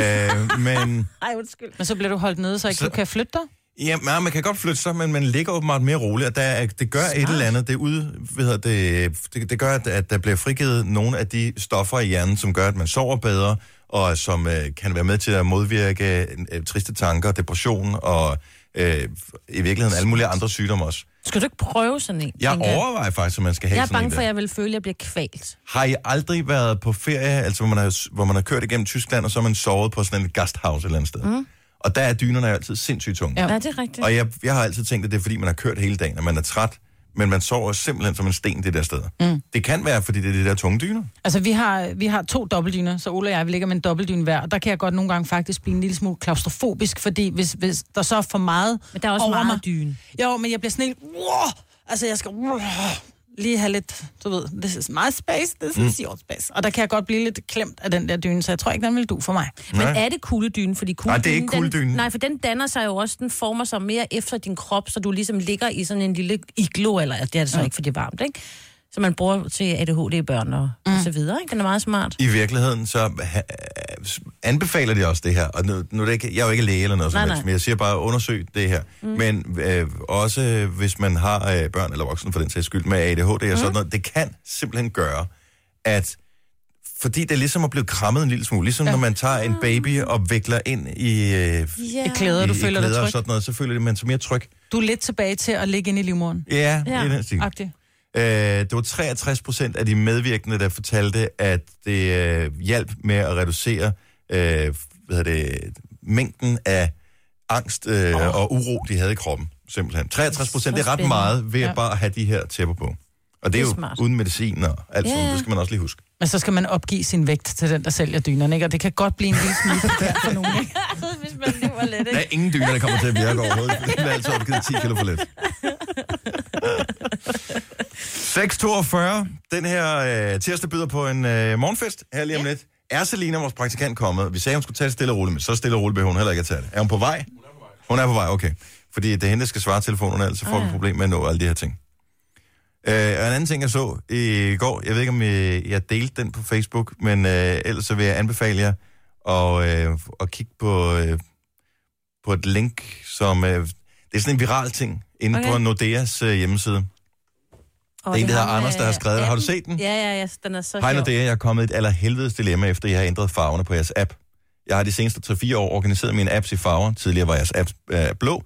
[SPEAKER 1] men
[SPEAKER 4] Ej, undskyld.
[SPEAKER 3] Men så bliver du holdt nede, så ikke
[SPEAKER 1] Så-
[SPEAKER 3] så... du kan flytte dig.
[SPEAKER 1] ja, man, man kan godt flytte sig, men man ligger åbenbart mere roligt, og der, er- det gør Smart. et eller andet. Det, ud, hvad hedder det, det, det gør, at, at der bliver frigivet nogle af de stoffer i hjernen, som gør, at man sover bedre, og som øh, kan være med til at modvirke øh, triste tanker, depression og øh, i virkeligheden alle mulige andre sygdomme også.
[SPEAKER 4] Skal du ikke prøve sådan en?
[SPEAKER 1] Jeg
[SPEAKER 4] tænker
[SPEAKER 1] overvejer faktisk, om man skal have
[SPEAKER 4] Jeg er
[SPEAKER 1] sådan
[SPEAKER 4] bange
[SPEAKER 1] en øh,
[SPEAKER 4] for,
[SPEAKER 1] der.
[SPEAKER 4] at jeg vil føle, at jeg bliver kvalt.
[SPEAKER 1] Har I aldrig været på ferie, altså hvor man har, hvor man har kørt igennem Tyskland, og så har man sovet på sådan en gasthouse et eller andet sted? Mm. Og der er dynerne jo altid sindssygt tunge.
[SPEAKER 3] Ja.
[SPEAKER 4] Ja, det er rigtigt.
[SPEAKER 1] Og jeg, jeg har altid tænkt, at det er fordi, man har kørt hele dagen, og man er træt, men man sover simpelthen som en sten det der sted. Mm. Det kan være, fordi det er de der tunge dyner.
[SPEAKER 3] Altså, vi har, vi har to dobbeltdyner, så Ole og jeg, vi ligger med en dobbeltdyne hver. Og der kan jeg godt nogle gange faktisk blive en lille smule klaustrofobisk, fordi hvis, hvis der så er for meget
[SPEAKER 4] Men der er også
[SPEAKER 3] over
[SPEAKER 4] meget
[SPEAKER 3] mig.
[SPEAKER 4] dyne.
[SPEAKER 3] Jo, men jeg bliver sådan helt... Wow! Altså, jeg skal... Wow! lige have lidt, du ved, this is my space, this is
[SPEAKER 4] Mm.
[SPEAKER 3] your space. Og der kan jeg godt blive lidt klemt af den der dyne, så jeg tror ikke, den vil du for mig.
[SPEAKER 4] Men
[SPEAKER 1] Nej.
[SPEAKER 4] er det kugledynen? Fordi
[SPEAKER 1] er
[SPEAKER 4] kugledynen,
[SPEAKER 1] ikke kugledynen.
[SPEAKER 4] Den, nej, for den danner sig jo også, den former sig mere efter din krop, så du ligesom ligger i sådan en lille iglo, eller det er det så ja. ikke, fordi det er varmt, ikke? Så man bruger til ADHD-børn og, mm. og så videre, ikke? Den er meget <laughs> smart.
[SPEAKER 1] I virkeligheden, så ha- øh, anbefaler de også det her. Og nu, nu er det ikke, jeg er jo ikke læge eller noget som
[SPEAKER 4] Nej,
[SPEAKER 1] helst,
[SPEAKER 4] nej.
[SPEAKER 1] men jeg siger bare, undersøg det her. Mm. Men øh, også øh, hvis man har øh, børn eller voksne for den sags skyld med ADHD og sådan noget, det kan simpelthen gøre, at fordi det er ligesom at blive krammet en lille smule, ligesom ja. når man tager en baby og vikler ind i, øh,
[SPEAKER 4] Ja.
[SPEAKER 3] Det klæder,
[SPEAKER 1] i,
[SPEAKER 3] du
[SPEAKER 1] i
[SPEAKER 3] føler dig
[SPEAKER 1] klæder og
[SPEAKER 3] tryg.
[SPEAKER 1] sådan noget, så føler man sig mere tryg.
[SPEAKER 3] Du er lidt tilbage til at ligge inde i livmoderen.
[SPEAKER 1] Ja, ja.
[SPEAKER 4] Ja.
[SPEAKER 1] i den stil.
[SPEAKER 3] Agtig.
[SPEAKER 1] Øh, det var 63 procent af de medvirkende, der fortalte, at det øh, hjalp med at reducere øh, hvad hedder det, mængden af angst øh, oh. og uro, de havde i kroppen. Simpelthen. 63 procent, det er ret
[SPEAKER 4] spændende.
[SPEAKER 1] meget ved at
[SPEAKER 3] Ja.
[SPEAKER 1] bare have de her tæpper på. Og det er
[SPEAKER 4] er
[SPEAKER 1] jo
[SPEAKER 4] smart.
[SPEAKER 1] uden medicin og alt sådan,
[SPEAKER 4] Ja.
[SPEAKER 1] det skal man også lige huske.
[SPEAKER 3] Men så skal man opgive sin vægt til den, der sælger dynerne, ikke? Og det kan godt blive en lille smule forkert for nogen, ikke?
[SPEAKER 4] Hvis man lever lidt,
[SPEAKER 1] Der er ingen dyner, der kommer til at virke overhovedet. Det er altid opgivet 10 kilo for lidt. 6.42. Den her øh, tirsdag byder på en øh, morgenfest her lige om lidt. Er Selina, vores praktikant, kommet? Vi sagde, hun skulle tage det stille og roligt, men så stille og roligt behøver hun heller ikke at tage det. Er hun på vej? Hun er på vej, okay. Fordi det er hende, der skal svare telefonen, ellers så får vi et problem med at nå alle de her ting. Øh, og en anden ting, jeg så i går, jeg ved ikke, om øh, jeg delte den på Facebook, men øh, ellers så vil jeg anbefale jer at, øh, at kigge på, øh, på et link, som... Øh, det er sådan en viral ting inde okay.
[SPEAKER 4] Okay.
[SPEAKER 1] på Nordeas øh, hjemmeside.
[SPEAKER 4] Og
[SPEAKER 1] Det er en, der
[SPEAKER 4] ham,
[SPEAKER 1] hedder Anders, der har
[SPEAKER 4] øh,
[SPEAKER 1] skrevet det. Har du
[SPEAKER 4] appen.
[SPEAKER 1] set den?
[SPEAKER 4] Ja, ja, ja. Den er så
[SPEAKER 1] Hej
[SPEAKER 4] sjov.
[SPEAKER 1] Nordea, jeg er kommet i et allerhelvedes dilemma, efter jeg har ændret farverne på jeres app. Jeg har de seneste 3-4 år organiseret mine apps i farver. Tidligere var jeres app øh, blå.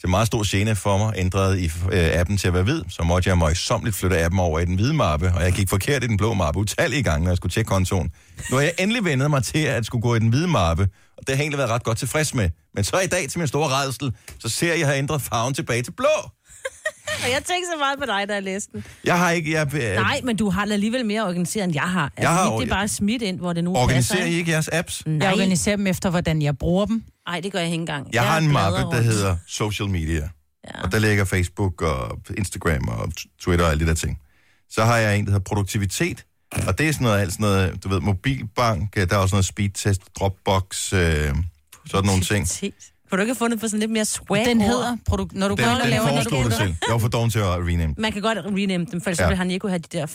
[SPEAKER 1] Til meget stor gene for mig ændrede I øh, appen til at være hvid, så måtte jeg møjsomligt flytte appen over i den hvide mappe, og jeg gik forkert i den blå mappe utallige gange, når jeg skulle tjekke kontoen. Nu har jeg endelig vendet mig til at skulle gå i den hvide mappe, og det har jeg egentlig været ret godt tilfreds med. Men så i dag, til min store redsel, så ser jeg, at jeg har ændret farven tilbage til blå.
[SPEAKER 4] Og jeg tænkte så meget på dig, da jeg læste den.
[SPEAKER 1] Jeg har ikke... Jeg, øh,
[SPEAKER 4] Nej, men du har alligevel mere organiseret, end jeg har. Altså,
[SPEAKER 1] Jeg har
[SPEAKER 4] mit, det
[SPEAKER 1] orga-
[SPEAKER 4] er bare smidt ind, hvor det nu
[SPEAKER 1] organiserer
[SPEAKER 4] passer.
[SPEAKER 1] I ikke jeres apps?
[SPEAKER 4] ikke?
[SPEAKER 3] Jeg
[SPEAKER 4] Nej,
[SPEAKER 3] organiserer dem efter, hvordan jeg bruger dem.
[SPEAKER 4] Ej, det gør jeg ikke engang.
[SPEAKER 1] Jeg har en
[SPEAKER 4] bladrer
[SPEAKER 1] mappe, der
[SPEAKER 4] rundt.
[SPEAKER 1] hedder Social Media.
[SPEAKER 4] Ja.
[SPEAKER 1] Og der ligger Facebook og Instagram og t- Twitter og alle de der ting. Så har jeg en, der hedder Produktivitet. Og det er sådan noget, alt sådan noget, du ved, mobilbank, øh, der er også noget speedtest, Dropbox, øh, sådan nogle ting.
[SPEAKER 4] Aktivitet. Kunne du ikke have fundet på sådan lidt mere swag
[SPEAKER 3] Den hedder, produ- når du går
[SPEAKER 1] Den,
[SPEAKER 3] ind og
[SPEAKER 1] den
[SPEAKER 3] laver noget,
[SPEAKER 1] foreslog
[SPEAKER 3] du
[SPEAKER 1] det selv. Jeg var for doven til at rename.
[SPEAKER 4] Man kan godt rename dem, for ellers
[SPEAKER 1] Ja.
[SPEAKER 4] ja. ville han ikke kunne have de der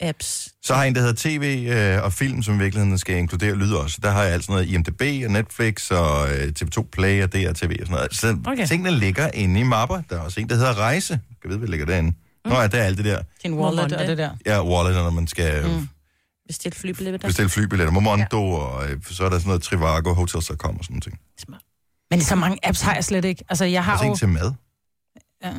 [SPEAKER 4] farve-apps.
[SPEAKER 1] Så har jeg en, der hedder TV øh, og film, som i virkeligheden skal inkludere lyd også. Der har jeg alt sådan noget IMDB og Netflix og øh, TV2 Play og DR TV og sådan noget. Så okay.
[SPEAKER 4] Okay.
[SPEAKER 1] tingene ligger inde i mapper. Der er også en, der hedder Rejse. Jeg ved, hvad ligger derinde. Nå ja, der er alt det der.
[SPEAKER 3] Din wallet og
[SPEAKER 4] Monday.
[SPEAKER 3] det der.
[SPEAKER 1] Ja, wallet, når man skal... Mm.
[SPEAKER 4] Bestilt flybilletter.
[SPEAKER 1] bestille flybilletter, Momondo, ja. og øh, så er der sådan noget Trivago, hotels.com og sådan noget.
[SPEAKER 4] Smart.
[SPEAKER 3] Men så mange apps har jeg slet ikke. Altså, jeg har
[SPEAKER 1] Altså
[SPEAKER 3] jo...
[SPEAKER 1] en til mad.
[SPEAKER 3] Ja.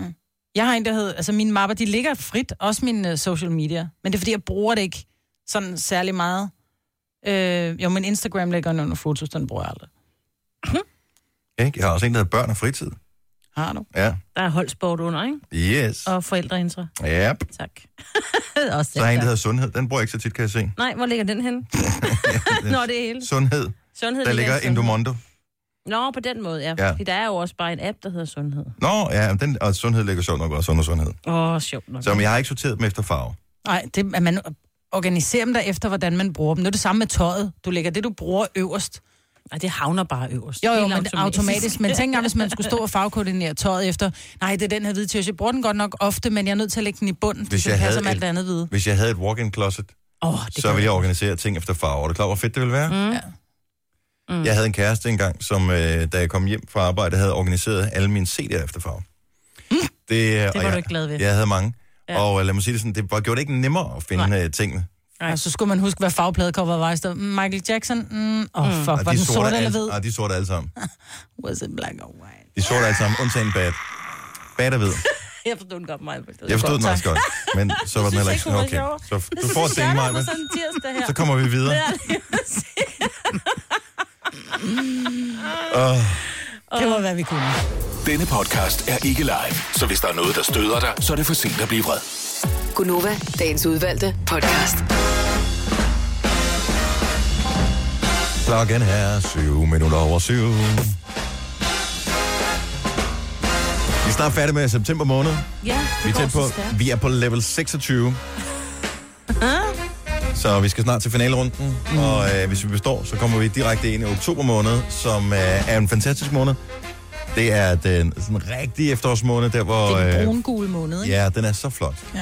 [SPEAKER 3] Jeg har en, der hedder... Altså, mine mapper, de ligger frit. Også mine uh, social media. Men det er, fordi jeg bruger det ikke sådan særlig meget. Øh, jo, men Instagram ligger den under fotos, den bruger jeg aldrig.
[SPEAKER 1] Ikke? Jeg har også en, der hedder børn og fritid.
[SPEAKER 3] Har du?
[SPEAKER 1] Ja,
[SPEAKER 4] Der er holdsport under, ikke?
[SPEAKER 1] yes.
[SPEAKER 4] Og forældreintra.
[SPEAKER 1] Ja, yep.
[SPEAKER 4] Tak. <laughs> Også
[SPEAKER 1] så har jeg en, der
[SPEAKER 4] der.
[SPEAKER 1] hedder sundhed. Den bruger jeg ikke så tit, kan jeg se.
[SPEAKER 4] Nej, hvor ligger den
[SPEAKER 1] <laughs>
[SPEAKER 4] henne? Nå, det er hele.
[SPEAKER 1] Sundhed.
[SPEAKER 4] Sundhed
[SPEAKER 1] Der ligger
[SPEAKER 4] i sundhed.
[SPEAKER 1] Endomondo.
[SPEAKER 4] Nå, på den måde, ja.
[SPEAKER 1] Ja.
[SPEAKER 4] ja. Fordi der er jo også bare en app, der hedder sundhed.
[SPEAKER 1] Nå, ja, men den, og sundhed ligger sjovt nok også under sundhed.
[SPEAKER 4] Åh, oh, sjovt nok.
[SPEAKER 1] Så men jeg har ikke sorteret dem efter farve.
[SPEAKER 3] Nej, det, at man organiserer dem der efter, hvordan man bruger dem. Nu er det samme med tøjet. Du lægger det, du bruger øverst.
[SPEAKER 4] Ej, det havner bare øverst.
[SPEAKER 3] Jo, jo,
[SPEAKER 4] Helt
[SPEAKER 3] men automatisk. automatisk. Men tænk engang, hvis man skulle stå og farvekoordinere tøjet efter. Nej, det er den her hvide t-shirt. Jeg bruger den godt nok ofte, men jeg er nødt til at lægge den i bunden, fordi
[SPEAKER 1] Hvis
[SPEAKER 3] den
[SPEAKER 1] jeg
[SPEAKER 3] passer
[SPEAKER 1] havde
[SPEAKER 3] med alt
[SPEAKER 1] et-
[SPEAKER 3] det andet hvide.
[SPEAKER 1] Hvis jeg havde et walk-in closet,
[SPEAKER 4] Åh, oh, det
[SPEAKER 1] så ville jeg organisere ting efter farve. Er du klar, hvor fedt det ville være? Mm. Ja. Jeg havde en kæreste engang, som øh, da jeg kom hjem fra arbejde, havde organiseret alle mine CD'er efter farve. Det, det
[SPEAKER 4] var du ikke glad ved.
[SPEAKER 1] Jeg havde mange. Ja. Og øh, lad mig sige det sådan, det var, gjorde det ikke nemmere at finde øh, tingene.
[SPEAKER 3] Og så skulle man huske, hvad farvepladecoveret var i stedet. Mm, Michael Jackson, åh mm, oh, fuck, var
[SPEAKER 1] de
[SPEAKER 3] den sort
[SPEAKER 1] alle,
[SPEAKER 3] eller hvid?
[SPEAKER 1] Nej, de er sorte alle sammen.
[SPEAKER 3] Was it black or white?
[SPEAKER 1] De er sorte alle sammen, undtagen bad. Bad er hvid.
[SPEAKER 4] Jeg forstod den godt mig.
[SPEAKER 1] Jeg forstod den også godt, men så var den heller ikke
[SPEAKER 4] ikke, hun var
[SPEAKER 1] okay.
[SPEAKER 4] sjov.
[SPEAKER 1] Så f- du får ting, Maja, men
[SPEAKER 4] sådan en tirsdag her.
[SPEAKER 1] så kommer vi videre.
[SPEAKER 4] Ja, lige præcis.
[SPEAKER 3] Det var, hvad vi kunne.
[SPEAKER 6] Denne podcast er ikke live, så hvis der er noget, der støder dig, så er det for sent at blive vred.
[SPEAKER 5] Gunova, dagens udvalgte podcast.
[SPEAKER 1] Klokken er 7 minutter over 7. Vi er snart færdige med september måned.
[SPEAKER 4] ja
[SPEAKER 1] Vi er, tæt på, vi er på level 26. Så vi skal snart til finalerunden,
[SPEAKER 3] Mm.
[SPEAKER 1] og øh, hvis vi består, så kommer vi direkte ind i oktober måned, som øh, er en fantastisk måned. Det er den sådan rigtige efterårsmåned, der hvor...
[SPEAKER 3] Det er
[SPEAKER 1] øh,
[SPEAKER 3] en brun-gul måned, ikke?
[SPEAKER 1] Ja, den er så flot.
[SPEAKER 3] Ja.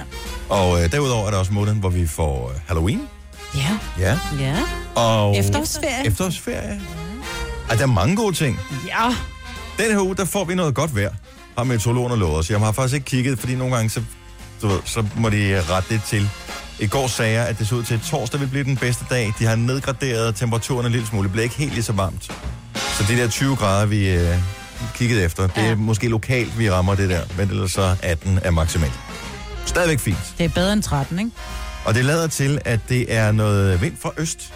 [SPEAKER 1] Og øh, derudover er der også måneden, hvor vi får øh, Halloween.
[SPEAKER 3] ja.
[SPEAKER 1] Ja.
[SPEAKER 4] Ja.
[SPEAKER 1] Og
[SPEAKER 3] Efterårsferie.
[SPEAKER 1] Efterårsferie. Og der er mange gode ting.
[SPEAKER 3] Ja.
[SPEAKER 1] Den her uge, der får vi noget godt vejr, har meteorologerne lovet os. Jeg har faktisk ikke kigget, fordi nogle gange, så, du ved, så må de øh, rette det til. I går sagde jeg, at det så ud til, at torsdag vil blive den bedste dag. De har nedgraderet temperaturen en lille smule. Det bliver ikke helt lige så varmt. Så det der 20 grader, vi øh, kiggede efter, det er måske lokalt, vi rammer det der. Men ellers så 18 er maksimalt. Stadigvæk fint.
[SPEAKER 3] Det er bedre end 13, ikke?
[SPEAKER 1] Og det lader til, at det er noget vind fra øst.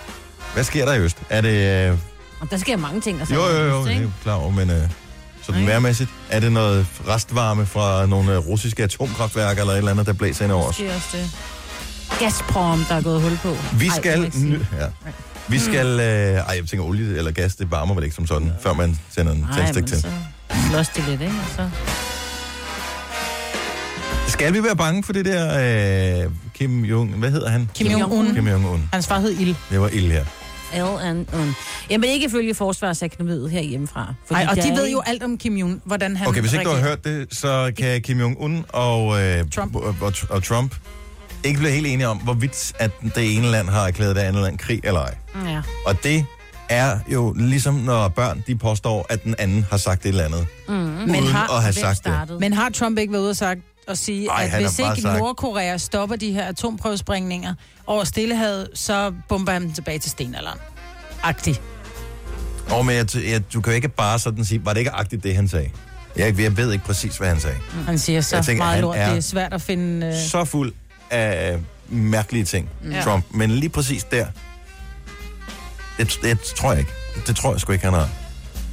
[SPEAKER 1] Hvad sker der i øst? Er det... Øh...
[SPEAKER 4] Og der sker mange ting. Altså,
[SPEAKER 1] Jo, jo, jo, det er
[SPEAKER 4] Ikke?
[SPEAKER 1] jeg klar over, men... Øh... Sådan vejrmæssigt. Er det noget restvarme fra nogle øh, russiske atomkraftværker eller et eller andet, der blæser ind over os?
[SPEAKER 4] Det er også det. Gazprom, der er gået hul på.
[SPEAKER 1] Vi
[SPEAKER 4] Ej, det må jeg
[SPEAKER 1] skal...
[SPEAKER 4] ikke sige. Mm.
[SPEAKER 1] ny- ja. Vi skal... Øh... Ej, jeg tænker, olie eller gas, det varmer vel ikke som sådan, før man sender en
[SPEAKER 4] Nej,
[SPEAKER 1] tændstik
[SPEAKER 4] men
[SPEAKER 1] til.
[SPEAKER 4] så slås de lidt, ikke? Og Så...
[SPEAKER 1] Skal vi være bange for det der øh... Kim Jong... Hvad hedder han?
[SPEAKER 3] Kim Jong-un.
[SPEAKER 1] Kim Jong-un.
[SPEAKER 3] Hans far hed Il.
[SPEAKER 1] Det var ild her.
[SPEAKER 4] L and on. Jamen ikke ifølge Forsvarsakademiet herhjemmefra. Fordi
[SPEAKER 3] Ej, og
[SPEAKER 4] der
[SPEAKER 3] de
[SPEAKER 4] er
[SPEAKER 3] ved
[SPEAKER 4] ikke-
[SPEAKER 3] jo alt om Kim Jong, hvordan han...
[SPEAKER 1] Okay, hvis ikke du har
[SPEAKER 3] reagerer.
[SPEAKER 1] hørt det, så kan Kim Jong-un og, øh,
[SPEAKER 3] Trump.
[SPEAKER 1] Og, og, og Trump ikke blive helt enige om, hvorvidt at det ene land har erklæret det andet land krig eller ej.
[SPEAKER 4] Ja.
[SPEAKER 1] Og det er jo ligesom, når børn de påstår, at den anden har sagt et eller andet. Mm. Uden
[SPEAKER 3] har-
[SPEAKER 1] at have
[SPEAKER 4] Hvem
[SPEAKER 1] sagt
[SPEAKER 4] startede?
[SPEAKER 3] Men har Trump ikke været ude og sagt og sige,
[SPEAKER 1] Ej,
[SPEAKER 3] Ej, at
[SPEAKER 1] han har
[SPEAKER 3] hvis
[SPEAKER 1] bare
[SPEAKER 3] ikke
[SPEAKER 1] sagt-
[SPEAKER 3] Nordkorea stopper de her atomprøvesprængninger over Stillehavet, så bomber han dem tilbage til stenalderen. Agtig.
[SPEAKER 1] det. Og men jeg, t- jeg, du kan jo ikke bare sådan sige, var det ikke agtigt det, han sagde? Jeg, jeg ved ikke præcis, hvad han sagde.
[SPEAKER 3] Han siger så
[SPEAKER 1] Jeg tænker,
[SPEAKER 3] meget
[SPEAKER 1] han
[SPEAKER 3] lort,
[SPEAKER 1] er-
[SPEAKER 3] det er svært at finde... Øh...
[SPEAKER 1] Så fuld af mærkelige ting, Trump. Men lige præcis der, det, det tror jeg ikke. Det tror jeg sgu ikke, han har.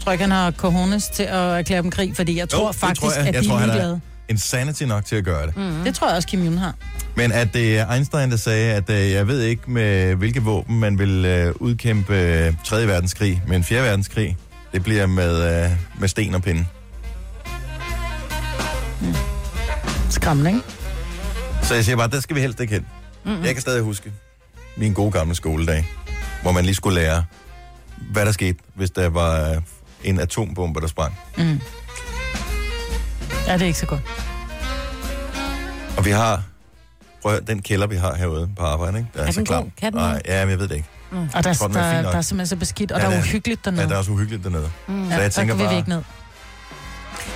[SPEAKER 3] tror ikke, han har cojones til at erklære dem krig, fordi jeg tror
[SPEAKER 1] det
[SPEAKER 3] faktisk,
[SPEAKER 1] tror jeg.
[SPEAKER 3] at
[SPEAKER 1] jeg
[SPEAKER 3] de
[SPEAKER 1] tror,
[SPEAKER 3] er
[SPEAKER 1] han
[SPEAKER 3] ligeglade.
[SPEAKER 1] insanity nok til at gøre det. Mm.
[SPEAKER 3] Mm. Det tror jeg også, Kim Jong har.
[SPEAKER 1] Men at det er Einstein, der sagde, at øh, jeg ved ikke med hvilke våben man vil øh, udkæmpe øh, 3. verdenskrig, men 4. verdenskrig, det bliver med, øh, med sten og pinde.
[SPEAKER 3] Skræmmende, ikke?
[SPEAKER 1] Så jeg siger bare, der skal vi helst ikke hen. Mm-hmm. Jeg kan stadig huske min gode gamle skoledag, hvor man lige skulle lære, hvad der skete, hvis der var øh, en atombombe, der sprang.
[SPEAKER 3] Ja, det er ikke så godt.
[SPEAKER 1] Og vi har, prøv at høre, den kælder, vi har herude på arbejde, ikke? Der er,
[SPEAKER 4] Er
[SPEAKER 1] så
[SPEAKER 4] den
[SPEAKER 1] klam.
[SPEAKER 4] god? Kan den
[SPEAKER 1] Nej,
[SPEAKER 4] noget?
[SPEAKER 1] ja, men jeg ved det ikke.
[SPEAKER 3] Og
[SPEAKER 1] tror,
[SPEAKER 3] der, tror,
[SPEAKER 1] den
[SPEAKER 3] der,
[SPEAKER 1] er fin
[SPEAKER 3] der,
[SPEAKER 1] nok.
[SPEAKER 3] er simpelthen så beskidt, og
[SPEAKER 1] Ja,
[SPEAKER 3] der er
[SPEAKER 1] det er-
[SPEAKER 3] uhyggeligt
[SPEAKER 1] Ja,
[SPEAKER 3] dernede.
[SPEAKER 4] Mm.
[SPEAKER 1] der er også uhyggeligt dernede. Mm. Så
[SPEAKER 3] Ja,
[SPEAKER 1] jeg
[SPEAKER 3] der
[SPEAKER 1] tænker
[SPEAKER 3] vil vi
[SPEAKER 1] bare,
[SPEAKER 3] ikke ned.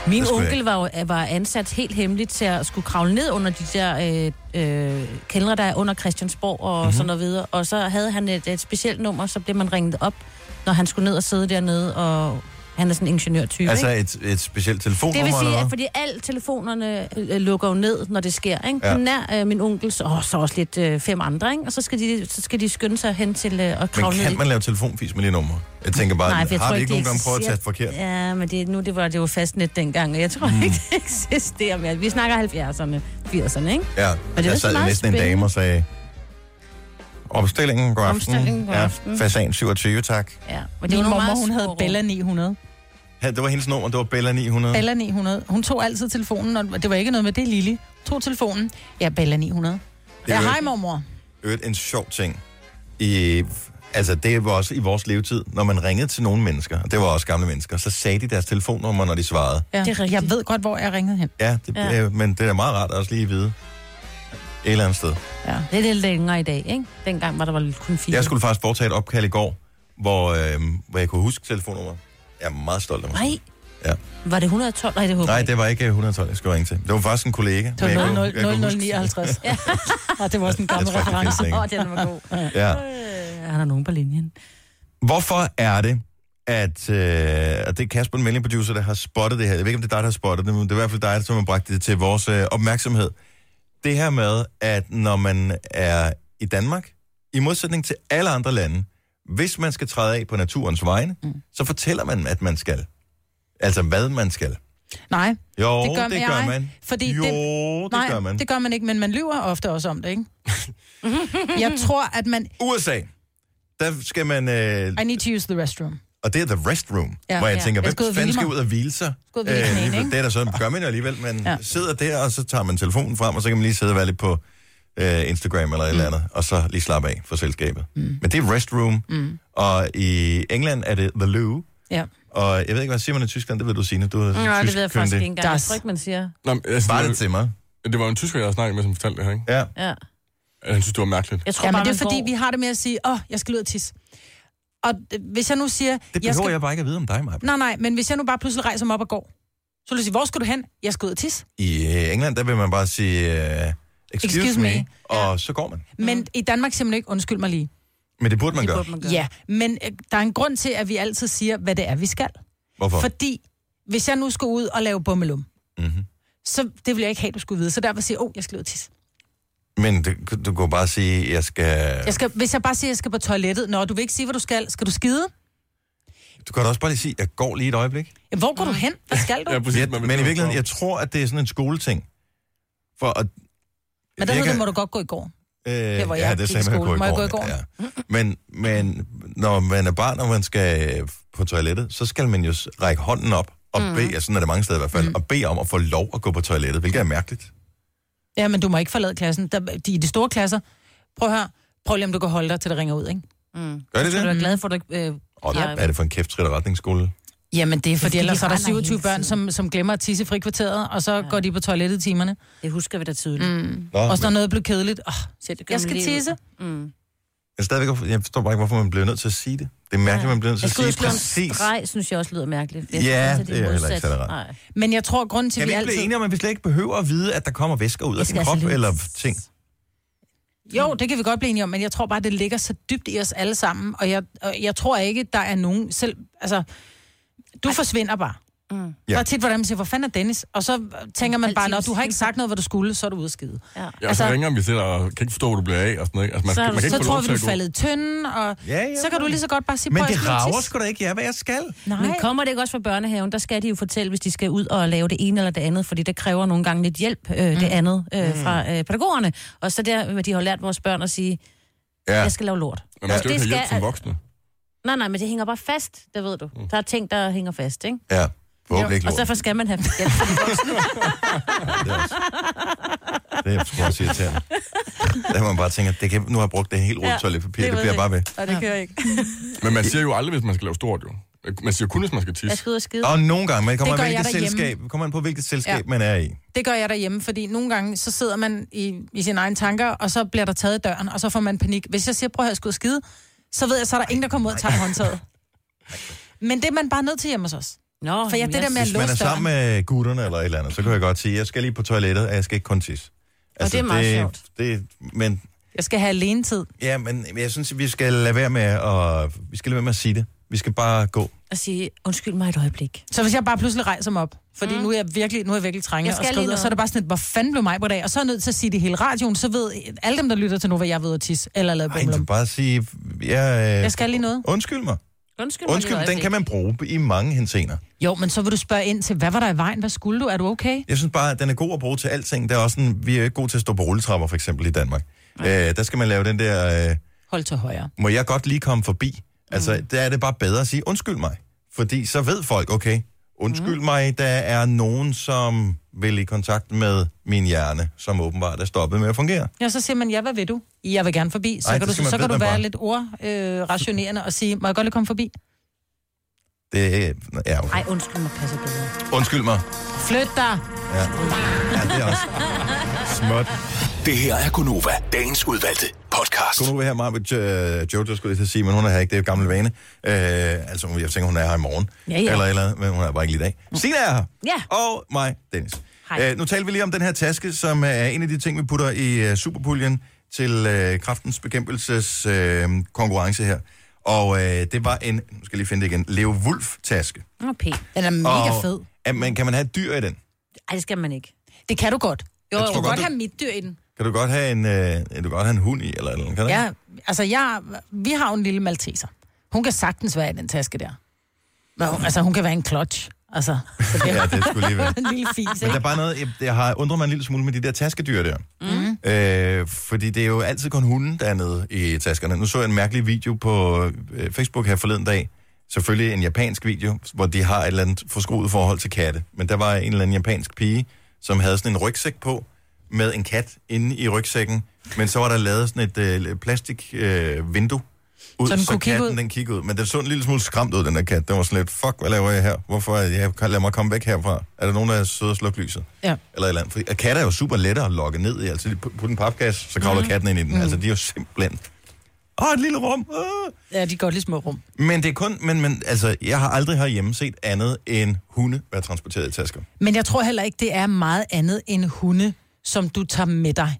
[SPEAKER 4] Min
[SPEAKER 1] Det skulle jeg
[SPEAKER 4] onkel var, jo- øh, var ansat helt hemmeligt til at skulle kravle ned under de der øh, øh, kældre, der er under Christiansborg og
[SPEAKER 1] Mhm.
[SPEAKER 4] mm-hmm. sådan noget videre. Og så havde han et, et specielt nummer, så blev man ringet op, når han skulle ned og sidde dernede, og han er sådan en ingeniørtype,
[SPEAKER 1] Altså
[SPEAKER 4] ikke?
[SPEAKER 1] et, et specielt
[SPEAKER 4] Det
[SPEAKER 1] telefonnummer,
[SPEAKER 4] vil sige,
[SPEAKER 1] eller
[SPEAKER 4] at
[SPEAKER 1] hvad?
[SPEAKER 4] fordi alle telefonerne øh, lukker jo ned, når det sker. Ikke?
[SPEAKER 1] Ja.
[SPEAKER 4] Ja. Nær øh, min onkel, så, åh, så også lidt øh, fem andre, ikke? og så skal, de, så skal de skynde sig hen til øh, at
[SPEAKER 1] Men
[SPEAKER 4] kravle ned.
[SPEAKER 1] kan
[SPEAKER 4] i-
[SPEAKER 1] man lave telefonfis med det nummer? Jeg tænker bare,
[SPEAKER 4] Nej,
[SPEAKER 1] Nej,
[SPEAKER 4] for jeg
[SPEAKER 1] har
[SPEAKER 4] tror
[SPEAKER 1] vi
[SPEAKER 4] ikke,
[SPEAKER 1] ikke
[SPEAKER 4] det
[SPEAKER 1] nogen gange prøvet at tage
[SPEAKER 4] eksisterer.
[SPEAKER 1] forkert?
[SPEAKER 4] Ja, men det, nu det var det jo fastnet dengang, og jeg tror mm. ikke, <laughs> det eksisterer mere. Vi snakker 70'erne, 80'erne, ikke?
[SPEAKER 1] Ja,
[SPEAKER 4] det er
[SPEAKER 1] jeg
[SPEAKER 4] så
[SPEAKER 1] sad
[SPEAKER 4] meget
[SPEAKER 1] næsten en dame og sagde, opstillingen, god aften.
[SPEAKER 4] Opstillingen, god
[SPEAKER 1] Ja,
[SPEAKER 4] aften.
[SPEAKER 1] fasan 27, tak.
[SPEAKER 4] Ja, og
[SPEAKER 3] Min
[SPEAKER 4] var nogle
[SPEAKER 3] mormor,
[SPEAKER 4] meget
[SPEAKER 3] hun
[SPEAKER 4] små
[SPEAKER 3] hed
[SPEAKER 4] rum.
[SPEAKER 3] Bella 900.
[SPEAKER 1] Ja, det var hendes nummer, det var Bella 900.
[SPEAKER 3] Bella 900. Hun tog altid telefonen, og det var ikke noget med det, Lili. Tog telefonen. Ja, Bella 900.
[SPEAKER 1] er
[SPEAKER 3] Ja,
[SPEAKER 1] jo-
[SPEAKER 3] hej mormor.
[SPEAKER 1] øvrigt en sjov ting. I, altså, det var også i vores levetid, når man ringede til nogle mennesker, og det var også gamle mennesker, så sagde de deres telefonnummer, når de svarede.
[SPEAKER 3] Ja.
[SPEAKER 4] Det er rigtigt.
[SPEAKER 3] jeg ved godt, hvor jeg ringede hen.
[SPEAKER 1] Ja, det,
[SPEAKER 4] Ja.
[SPEAKER 1] ja. Øh, men det er da meget rart også lige at vide. Et eller andet sted.
[SPEAKER 4] Det er lidt længere i dag, ikke? Dengang var der var kun fire.
[SPEAKER 1] Jeg skulle faktisk foretage et opkald i går, hvor, øh, hvor jeg kunne huske telefonnummeret. Jeg er meget stolt af mig.
[SPEAKER 4] Nej,
[SPEAKER 1] Ja.
[SPEAKER 4] var det 112? Nej, det håber
[SPEAKER 1] Nej,
[SPEAKER 4] jeg
[SPEAKER 1] det var ikke øh, 112, jeg skulle ringe til. Det var faktisk en kollega. men
[SPEAKER 3] Det
[SPEAKER 1] jeg
[SPEAKER 3] var
[SPEAKER 1] kunne- jeg kunne
[SPEAKER 3] 00
[SPEAKER 1] huske-
[SPEAKER 3] 0059. Ja. Og det var også en gammel
[SPEAKER 1] Jeg tror ikke, det findes
[SPEAKER 3] reference.
[SPEAKER 4] ikke. Åh,
[SPEAKER 1] længere.
[SPEAKER 4] den var god.
[SPEAKER 1] Ja.
[SPEAKER 4] Ja, er der nogen på linjen?
[SPEAKER 1] Hvorfor er det, at, øh, at det er Kasper, den venlige producer, der har spottet det her? Jeg ved ikke, om det er dig, der har spottet det, men det er i hvert fald dig, som har bragt det til vores øh, opmærksomhed. Det her med, at når man er i Danmark, i modsætning til alle andre lande, hvis man skal træde af på naturens vegne, mm. så fortæller man, at man skal. Altså, hvad man skal.
[SPEAKER 3] Nej,
[SPEAKER 1] Jo,
[SPEAKER 3] det gør,
[SPEAKER 1] det
[SPEAKER 3] jeg,
[SPEAKER 1] gør
[SPEAKER 3] ikke.
[SPEAKER 1] man.
[SPEAKER 3] Fordi
[SPEAKER 1] jo,
[SPEAKER 3] det,
[SPEAKER 1] det,
[SPEAKER 3] nej,
[SPEAKER 1] gør man.
[SPEAKER 3] det gør man ikke, men man lyver ofte også om det,
[SPEAKER 1] <laughs>
[SPEAKER 3] ikke? jeg tror, at man...
[SPEAKER 1] USA, der skal man... Øh,
[SPEAKER 3] I need to use the restroom.
[SPEAKER 1] og det er The Restroom, ja,
[SPEAKER 3] Ja,
[SPEAKER 1] hvor jeg
[SPEAKER 3] ja.
[SPEAKER 1] tænker, hvem
[SPEAKER 3] Jeg skulle ud og
[SPEAKER 1] fanden
[SPEAKER 3] hvile
[SPEAKER 1] skal
[SPEAKER 3] mig.
[SPEAKER 1] ud og hvile sig?
[SPEAKER 3] Skulle ud og hvile knæene,
[SPEAKER 1] alligevel.
[SPEAKER 3] ikke?
[SPEAKER 1] det er der så, gør man jo alligevel, men ja.
[SPEAKER 3] Ja.
[SPEAKER 1] sidder der, og så tager man telefonen frem, og så kan man lige sidde og være lidt på øh, Instagram eller et eller
[SPEAKER 3] Mm.
[SPEAKER 1] andet, og så lige slappe af for selskabet. Mm. Men det er Restroom, mm. og i England er det The Loo,
[SPEAKER 3] Ja.
[SPEAKER 1] og jeg ved ikke, hvad siger man i Tyskland, det ved du, Signe, du er
[SPEAKER 4] Nej, det ved jeg faktisk ikke
[SPEAKER 1] tyskkyndig.
[SPEAKER 4] engang. Jeg
[SPEAKER 3] Das.
[SPEAKER 4] tror ikke, man siger.
[SPEAKER 2] Nå, men, altså,
[SPEAKER 1] Var
[SPEAKER 2] det,
[SPEAKER 1] det til mig?
[SPEAKER 2] var- det var jo en tysker, jeg snakkede med, som fortalte det her, ikke?
[SPEAKER 1] Ja.
[SPEAKER 4] Ja.
[SPEAKER 2] Han synes, det var mærkeligt.
[SPEAKER 4] Jeg tror
[SPEAKER 3] ja,
[SPEAKER 4] bare,
[SPEAKER 3] men det er
[SPEAKER 4] man
[SPEAKER 3] fordi,
[SPEAKER 4] går...
[SPEAKER 3] vi har det med at sige, åh, oh, jeg skal ud og tisse. Og øh, hvis jeg nu siger...
[SPEAKER 1] Det behøver jeg, skal... jeg bare ikke at vide om dig, Maja.
[SPEAKER 3] Nej, nej, men hvis jeg nu bare pludselig rejser mig op og går, så vil du sige, hvor skal du hen? Jeg skal ud og tisse.
[SPEAKER 1] I øh, England, der vil man bare sige, øh, excuse, excuse
[SPEAKER 3] Excuse
[SPEAKER 1] me,
[SPEAKER 3] me.
[SPEAKER 1] me, og så går man.
[SPEAKER 3] Men i Danmark siger man ikke, undskyld mig lige.
[SPEAKER 1] Men det burde man gøre.
[SPEAKER 4] burde man gøre.
[SPEAKER 3] Ja, men øh, der er en grund til, at vi altid siger, hvad det er, vi skal.
[SPEAKER 1] Hvorfor?
[SPEAKER 3] Fordi hvis jeg nu skal ud og lave bummelum, mm-hmm. så det vil jeg ikke have, du skulle vide. Så derfor siger jeg, åh, oh, jeg skal ud og tisse.
[SPEAKER 1] Men det, du kunne bare sige, jeg skal...
[SPEAKER 3] Jeg skal, hvis jeg bare siger, at jeg skal på toilettet, når du vil ikke sige, hvad du skal, skal du skide?
[SPEAKER 1] Du kan da også bare lige sige, jeg går lige et øjeblik.
[SPEAKER 3] Jamen, hvor går du hen? Hvad skal du?
[SPEAKER 2] Ja, præcis,
[SPEAKER 1] Ja,
[SPEAKER 2] man vil
[SPEAKER 1] men i
[SPEAKER 2] tænke,
[SPEAKER 1] virkeligheden,
[SPEAKER 2] wow.
[SPEAKER 1] jeg tror, at det er sådan en skoleting. For at,
[SPEAKER 3] men der
[SPEAKER 1] jeg
[SPEAKER 3] ved du,
[SPEAKER 1] kan-
[SPEAKER 3] må du godt gå i går.
[SPEAKER 1] øh,
[SPEAKER 3] hvor jeg gik i skole. Må jeg gå i går?
[SPEAKER 1] Men, men når man er barn, og man skal øh, på toilettet, så skal man jo s- række hånden op og mm. bede, ja, sådan er det mange steder i hvert fald, mm. og bede om at få lov at gå på toilettet, hvilket er mærkeligt.
[SPEAKER 3] Ja, men du må ikke forlade klassen. Der, de, I de store klasser, prøv her, prøv lige, om du kan holde dig, til det ringer ud, ikke?
[SPEAKER 1] Gør det
[SPEAKER 4] Så du
[SPEAKER 1] det?
[SPEAKER 3] Mm.
[SPEAKER 4] er glad for, at du ikke... Øh,
[SPEAKER 1] Og
[SPEAKER 4] har-
[SPEAKER 1] hvad er det for en kæftskridt retningsskole?
[SPEAKER 3] Jamen, det er fordi,
[SPEAKER 4] fordi,
[SPEAKER 3] ellers
[SPEAKER 4] de
[SPEAKER 3] er der
[SPEAKER 4] render hele
[SPEAKER 3] 27 børn,
[SPEAKER 4] tiden.
[SPEAKER 3] som, som glemmer at tisse i frikvarteret, og så ja. går de på toilettet i timerne.
[SPEAKER 4] Det husker vi da tydeligt. Mm.
[SPEAKER 1] Nå,
[SPEAKER 3] Og så når
[SPEAKER 1] men,
[SPEAKER 3] noget blev kedeligt, åh, oh,
[SPEAKER 4] det gør
[SPEAKER 3] jeg
[SPEAKER 4] man
[SPEAKER 3] skal
[SPEAKER 4] lige ud.
[SPEAKER 3] tisse.
[SPEAKER 1] jeg, stadigvæk, jeg forstår bare ikke, hvorfor man bliver nødt til at sige det. Det er mærkeligt, man bliver nødt til
[SPEAKER 4] Jeg
[SPEAKER 1] at
[SPEAKER 4] skulle
[SPEAKER 1] sige
[SPEAKER 4] jo slå en
[SPEAKER 1] præcis.
[SPEAKER 4] streg, synes jeg også lyder mærkeligt. Jeg
[SPEAKER 1] Ja,
[SPEAKER 4] synes,
[SPEAKER 1] det er heller ikke
[SPEAKER 4] modsat.
[SPEAKER 1] særlig rart.
[SPEAKER 4] Nej.
[SPEAKER 3] Men jeg tror, grunden til,
[SPEAKER 1] Kan
[SPEAKER 3] at vi
[SPEAKER 1] vi ikke
[SPEAKER 3] altid...
[SPEAKER 1] blive enige om, at vi slet ikke behøver at vide, at der kommer væsker ud af
[SPEAKER 4] skal
[SPEAKER 1] din krop
[SPEAKER 4] altså lige-
[SPEAKER 1] eller ting?
[SPEAKER 3] Jo, det kan vi godt blive enige om, men jeg tror bare, det ligger så dybt i os alle sammen, og jeg, og jeg tror ikke, der er nogen selv... Altså, du Ej. forsvinder bare. Mm.
[SPEAKER 1] Ja.
[SPEAKER 3] Ja. Der er tit, hvordan man siger, hvor fanden er Dennis? Og så tænker man bare, når du har ikke sagt noget, hvad du skulle, så er du udskidet.
[SPEAKER 4] Ja.
[SPEAKER 2] Ja, altså,
[SPEAKER 3] altså-
[SPEAKER 2] så ringer vi til dig og kan ikke forstå, hvor du bliver af og sådan noget. ikke? Altså, man,
[SPEAKER 4] Så
[SPEAKER 2] så,
[SPEAKER 4] er
[SPEAKER 2] man
[SPEAKER 4] du-
[SPEAKER 2] kan ikke
[SPEAKER 3] Så
[SPEAKER 2] få
[SPEAKER 3] tror
[SPEAKER 2] lov til
[SPEAKER 3] vi, du
[SPEAKER 2] at
[SPEAKER 3] er
[SPEAKER 2] gå.
[SPEAKER 3] faldet i tynden, og
[SPEAKER 1] Ja, ja,
[SPEAKER 3] så kan du lige så godt bare sige,
[SPEAKER 1] Men
[SPEAKER 3] "Prøv, jeg
[SPEAKER 1] det
[SPEAKER 3] skal ud og
[SPEAKER 1] rager
[SPEAKER 3] tisse."
[SPEAKER 1] sgu da ikke jer, hvad jeg skal.
[SPEAKER 3] Nej.
[SPEAKER 4] Men kommer det ikke også fra børnehaven, der skal de jo fortælle, hvis de skal ud og lave det ene eller det andet, fordi det kræver nogle gange lidt hjælp, øh, det andet, øh, fra øh, pædagogerne. Og så der, men de har jo lært vores børn at sige,
[SPEAKER 1] Ja.
[SPEAKER 4] jeg skal lave lort.
[SPEAKER 2] Men man skal jo
[SPEAKER 4] Det
[SPEAKER 2] ikke have hjælp
[SPEAKER 4] skal-
[SPEAKER 2] som voksne.
[SPEAKER 4] Nej, nej, men det hænger bare fast, det ved du. Der er ting, der hænger fast, ikke?
[SPEAKER 1] Ja, forhåbentlig ikke
[SPEAKER 4] Og
[SPEAKER 1] lort.
[SPEAKER 4] derfor skal man have hjælp.
[SPEAKER 1] Det er også- Det er sgu også irriterende. Der må man bare tænke, at det kan, nu har jeg brugt det hele rullet
[SPEAKER 4] Ja,
[SPEAKER 1] toiletpapir, det
[SPEAKER 4] det ved
[SPEAKER 1] bliver
[SPEAKER 4] jeg.
[SPEAKER 1] bare ved.
[SPEAKER 4] Og det kører ikke.
[SPEAKER 2] Men man siger jo aldrig, hvis man skal lave stort, jo. Man siger kun, hvis man skal
[SPEAKER 4] Jeg
[SPEAKER 2] tisse.
[SPEAKER 4] skal ud og skide.
[SPEAKER 1] Og nogle gange, man kommer,
[SPEAKER 3] Det
[SPEAKER 1] an,
[SPEAKER 3] gør jeg
[SPEAKER 1] hvilket
[SPEAKER 3] derhjemme.
[SPEAKER 1] selskab, kommer an på, hvilket selskab ja.
[SPEAKER 3] Ja.
[SPEAKER 1] man er i.
[SPEAKER 3] Det gør jeg derhjemme, fordi nogle gange, så sidder man i, i sine egne tanker, og så bliver der taget i døren, og så får man panik. Hvis jeg siger, prøv at have skudt skide, så ved jeg, så er der ingen, der kommer ud og tager i håndtaget. Men det er man bare nødt til hjemme hos os.
[SPEAKER 4] Nå,
[SPEAKER 3] For jeg, det der med at
[SPEAKER 1] Hvis man er
[SPEAKER 3] låse døren,
[SPEAKER 1] sammen med gutterne eller et eller andet, så kan jeg godt sige, jeg skal lige på toilettet, og jeg skal ikke kun tisse. Altså,
[SPEAKER 4] det er meget sjovt.
[SPEAKER 1] Det, men,
[SPEAKER 3] jeg skal have alene tid.
[SPEAKER 1] ja, men jeg synes, vi skal lade være med at, vi skal lade være med at sige det. Vi skal bare gå.
[SPEAKER 4] at sige, undskyld mig et øjeblik.
[SPEAKER 3] Så hvis jeg bare pludselig rejser mig op, fordi mm. nu er jeg virkelig, nu er jeg virkelig
[SPEAKER 4] Jeg
[SPEAKER 3] trængende og
[SPEAKER 4] skal lige
[SPEAKER 3] skrider, og så er
[SPEAKER 4] noget.
[SPEAKER 3] det bare sådan et, hvor fanden blev mig på dag? Og så er jeg nødt til at sige det i hele radioen, så ved alle dem, der lytter til nu, hvad jeg ved at tisse, eller lave
[SPEAKER 1] Ej, du kan
[SPEAKER 3] bumlum.
[SPEAKER 1] bare sige, jeg, øh,
[SPEAKER 3] Jeg skal lige noget.
[SPEAKER 1] undskyld mig.
[SPEAKER 4] Undskyld,
[SPEAKER 1] Undskyld,
[SPEAKER 4] mig et
[SPEAKER 1] den kan
[SPEAKER 4] øjeblik.
[SPEAKER 1] man bruge i mange hensener.
[SPEAKER 3] Jo, men så vil du spørge ind til, hvad var der i vejen? Hvad skulle du? Er du okay?
[SPEAKER 1] Jeg synes bare, at den er god at bruge til alting. Der er også en, vi er jo ikke gode til at stå på rulletrapper, for eksempel i Danmark. Øh, der skal man lave den der, øh,
[SPEAKER 3] Hold til højre.
[SPEAKER 1] må jeg godt lige komme forbi? Altså, mm. der er det bare bedre at sige, undskyld mig. Fordi så ved folk, okay, undskyld mm. mig, der er nogen, som vil i kontakt med min hjerne, som åbenbart er stoppet med at fungere.
[SPEAKER 3] Ja, så siger man, ja, hvad ved du? Jeg vil gerne forbi. Så
[SPEAKER 1] Ej,
[SPEAKER 3] Ej,
[SPEAKER 1] det
[SPEAKER 3] kan du,
[SPEAKER 1] skal man
[SPEAKER 3] så kan
[SPEAKER 1] vide,
[SPEAKER 3] du
[SPEAKER 1] man
[SPEAKER 3] være
[SPEAKER 1] bare-
[SPEAKER 3] lidt ordrationerende og sige, må jeg godt lige komme forbi?
[SPEAKER 1] Det er, ja, okay.
[SPEAKER 4] Ej, undskyld mig, passer bedre.
[SPEAKER 1] Undskyld mig.
[SPEAKER 3] Flyt dig!
[SPEAKER 1] Ja, det er også småt.
[SPEAKER 6] Det her er Gunova, dagens udvalgte podcast.
[SPEAKER 1] Kun nu her, Maja, øh, Jojo skulle jeg til at sige, men hun er her ikke, det er jo gammel vane. Øh, altså, jeg tænker, hun er her i morgen.
[SPEAKER 4] Ja, ja.
[SPEAKER 1] Eller et eller andet, men hun er bare ikke lige i dag. Sina er her.
[SPEAKER 4] Ja.
[SPEAKER 1] Og mig, Dennis.
[SPEAKER 4] Hej.
[SPEAKER 1] Øh, nu taler vi lige om den her taske, som er en af de ting, vi putter i øh, superpuljen til øh, kraftens bekæmpelses øh, konkurrence her. Og øh, det var en, nu skal jeg lige finde det igen, Leo Wulf-taske.
[SPEAKER 4] Nå, pænt.
[SPEAKER 3] Den er mega
[SPEAKER 1] og,
[SPEAKER 3] fed.
[SPEAKER 1] Ja, men kan man have et dyr i den?
[SPEAKER 4] Ej, det skal man ikke.
[SPEAKER 3] Det kan du godt. Jo,
[SPEAKER 1] Jeg tror
[SPEAKER 3] jeg du kan
[SPEAKER 1] godt,
[SPEAKER 3] godt
[SPEAKER 1] det-
[SPEAKER 3] have mit dyr i den.
[SPEAKER 1] Kan du godt have en, øh, du kan godt have en hund i, eller, eller kan du ikke?
[SPEAKER 3] Ja, altså jeg, vi har jo en lille malteser. Hun kan sagtens være i den taske der. Men hun, altså, hun kan være en klodge. Altså, så det
[SPEAKER 1] ja,
[SPEAKER 3] er
[SPEAKER 1] det skulle lige
[SPEAKER 3] <laughs>
[SPEAKER 1] være.
[SPEAKER 3] en lille fis,
[SPEAKER 1] Men der
[SPEAKER 3] ikke?
[SPEAKER 1] er bare noget, jeg, jeg har undret mig en lille smule med de der taskedyr der. Mm. Øh, fordi det er jo altid kun hunden, der er nede i taskerne. Nu så jeg en mærkelig video på øh, Facebook her forleden dag. Selvfølgelig en japansk video, hvor de har et eller andet forskruet forhold til katte. Men der var en eller anden japansk pige, som havde sådan en rygsæk på, med en kat inde i rygsækken. Men så var der lavet sådan et øh, plastik øh, vindue ud, så,
[SPEAKER 3] Så den
[SPEAKER 1] så
[SPEAKER 3] kunne kigge
[SPEAKER 1] katten
[SPEAKER 3] ud?
[SPEAKER 1] den kiggede ud. Men den så en lille smule skræmt ud, den der kat. Den var sådan lidt, fuck, hvad laver jeg her? Hvorfor er jeg, lad mig komme væk herfra? Er der nogen, der er søde og slukke lyset?
[SPEAKER 3] Ja.
[SPEAKER 1] Eller et eller andet. Fordi katte er jo super lette at lokke ned i. Altså, put put en papkasse, så kravler mm. katten ind i den. Altså, de er jo simpelthen... Åh, et lille rum! Ah.
[SPEAKER 3] Ja, de er godt lige små rum.
[SPEAKER 1] Men det er kun... Men, men altså, jeg har aldrig herhjemme set andet end hunde være transporteret i tasker.
[SPEAKER 3] Men jeg tror heller ikke, det er meget andet end hunde, som du tager med dig.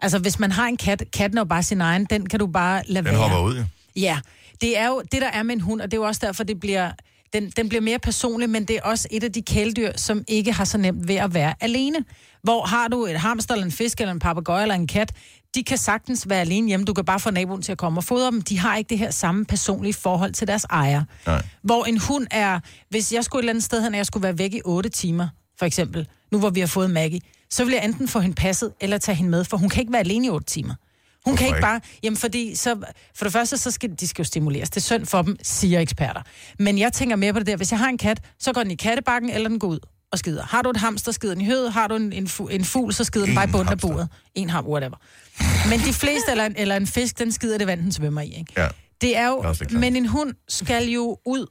[SPEAKER 3] Altså, hvis man har en kat, katten er jo bare sin egen, den kan du bare lade
[SPEAKER 1] Den
[SPEAKER 3] være.
[SPEAKER 1] hopper ud, jo.
[SPEAKER 3] Ja, det er jo det, der er med en hund, og det er jo også derfor, det bliver, den, den bliver mere personlig, men det er også et af de kæledyr, som ikke har så nemt ved at være alene. Hvor har du et hamster, eller en fisk, eller en papegøje eller en kat, de kan sagtens være alene hjemme. Du kan bare få naboen til at komme og fodre dem. De har ikke det her samme personlige forhold til deres ejer.
[SPEAKER 1] Nej.
[SPEAKER 3] Hvor en hund er, hvis jeg skulle et eller andet sted hen, og jeg skulle være væk i 8 timer, for eksempel, nu hvor vi har fået Maggie, så vil jeg enten få hende passet, eller tage hende med, for hun kan ikke være alene i 8 timer. Hun kan
[SPEAKER 1] Hvorfor
[SPEAKER 3] ikke bare... Jamen, fordi så, for det første, så skal de skal jo stimuleres. Det er synd for dem, siger eksperter. Men jeg tænker mere på det der. Hvis jeg har en kat, så går den i kattebakken, eller den går ud og skider. Har du et hamster, skider den i høet. Har du en, en, fu- en fugl, så skider den
[SPEAKER 1] En
[SPEAKER 3] bare i bunden af
[SPEAKER 1] hamster.
[SPEAKER 3] buret. En ham, whatever. Men de fleste, eller en, eller en fisk, den skider i det vand, den svømmer i, ikke?
[SPEAKER 1] Ja.
[SPEAKER 3] Det er
[SPEAKER 1] er
[SPEAKER 3] jo,
[SPEAKER 1] også lidt klart.
[SPEAKER 3] men en hund skal jo ud.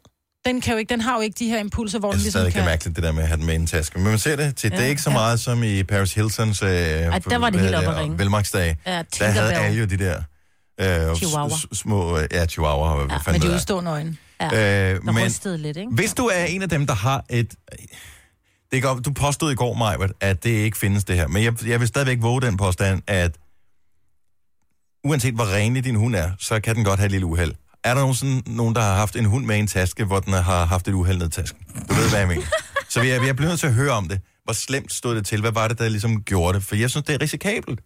[SPEAKER 3] Den, kan jo ikke, den har jo ikke de her impulser, hvor den
[SPEAKER 1] Jeg synes stadig,
[SPEAKER 3] ligesom
[SPEAKER 1] det Altså, er
[SPEAKER 3] kan...
[SPEAKER 1] mærkeligt, det der med at have den med i en taske. Men man ser det til, ja, det er ikke så meget som i Paris Hiltons øh, Ej,
[SPEAKER 4] der var det helt op at ringe.
[SPEAKER 1] velmagtsdag.
[SPEAKER 4] Ja,
[SPEAKER 1] der havde
[SPEAKER 4] Tinkerbell.
[SPEAKER 1] alle jo de der øh,
[SPEAKER 4] Chihuahua.
[SPEAKER 1] s- s- små... øh, Ja, chihuahua, og hvad ja,
[SPEAKER 3] Med
[SPEAKER 1] fanden
[SPEAKER 3] de
[SPEAKER 1] det er.
[SPEAKER 3] udstående øjne.
[SPEAKER 1] Øh,
[SPEAKER 4] Der men... rystede lidt, ikke?
[SPEAKER 1] Hvis du er en af dem, der har et... Det går, du påstod i går, Majbert, at det ikke findes det her. Men jeg, jeg vil stadigvæk våge den påstand, at uanset hvor renlig din hund er, så kan den godt have et lille uheld. Er der nogen, sådan, nogen der har haft en hund med i en taske, hvor den har haft et uheld ned i tasken? Du ved, hvad jeg mener. Så vi er, vi er blevet nødt til at høre om det. Hvor slemt stod det til? Hvad var det, der ligesom gjorde det? For jeg synes, det er risikabelt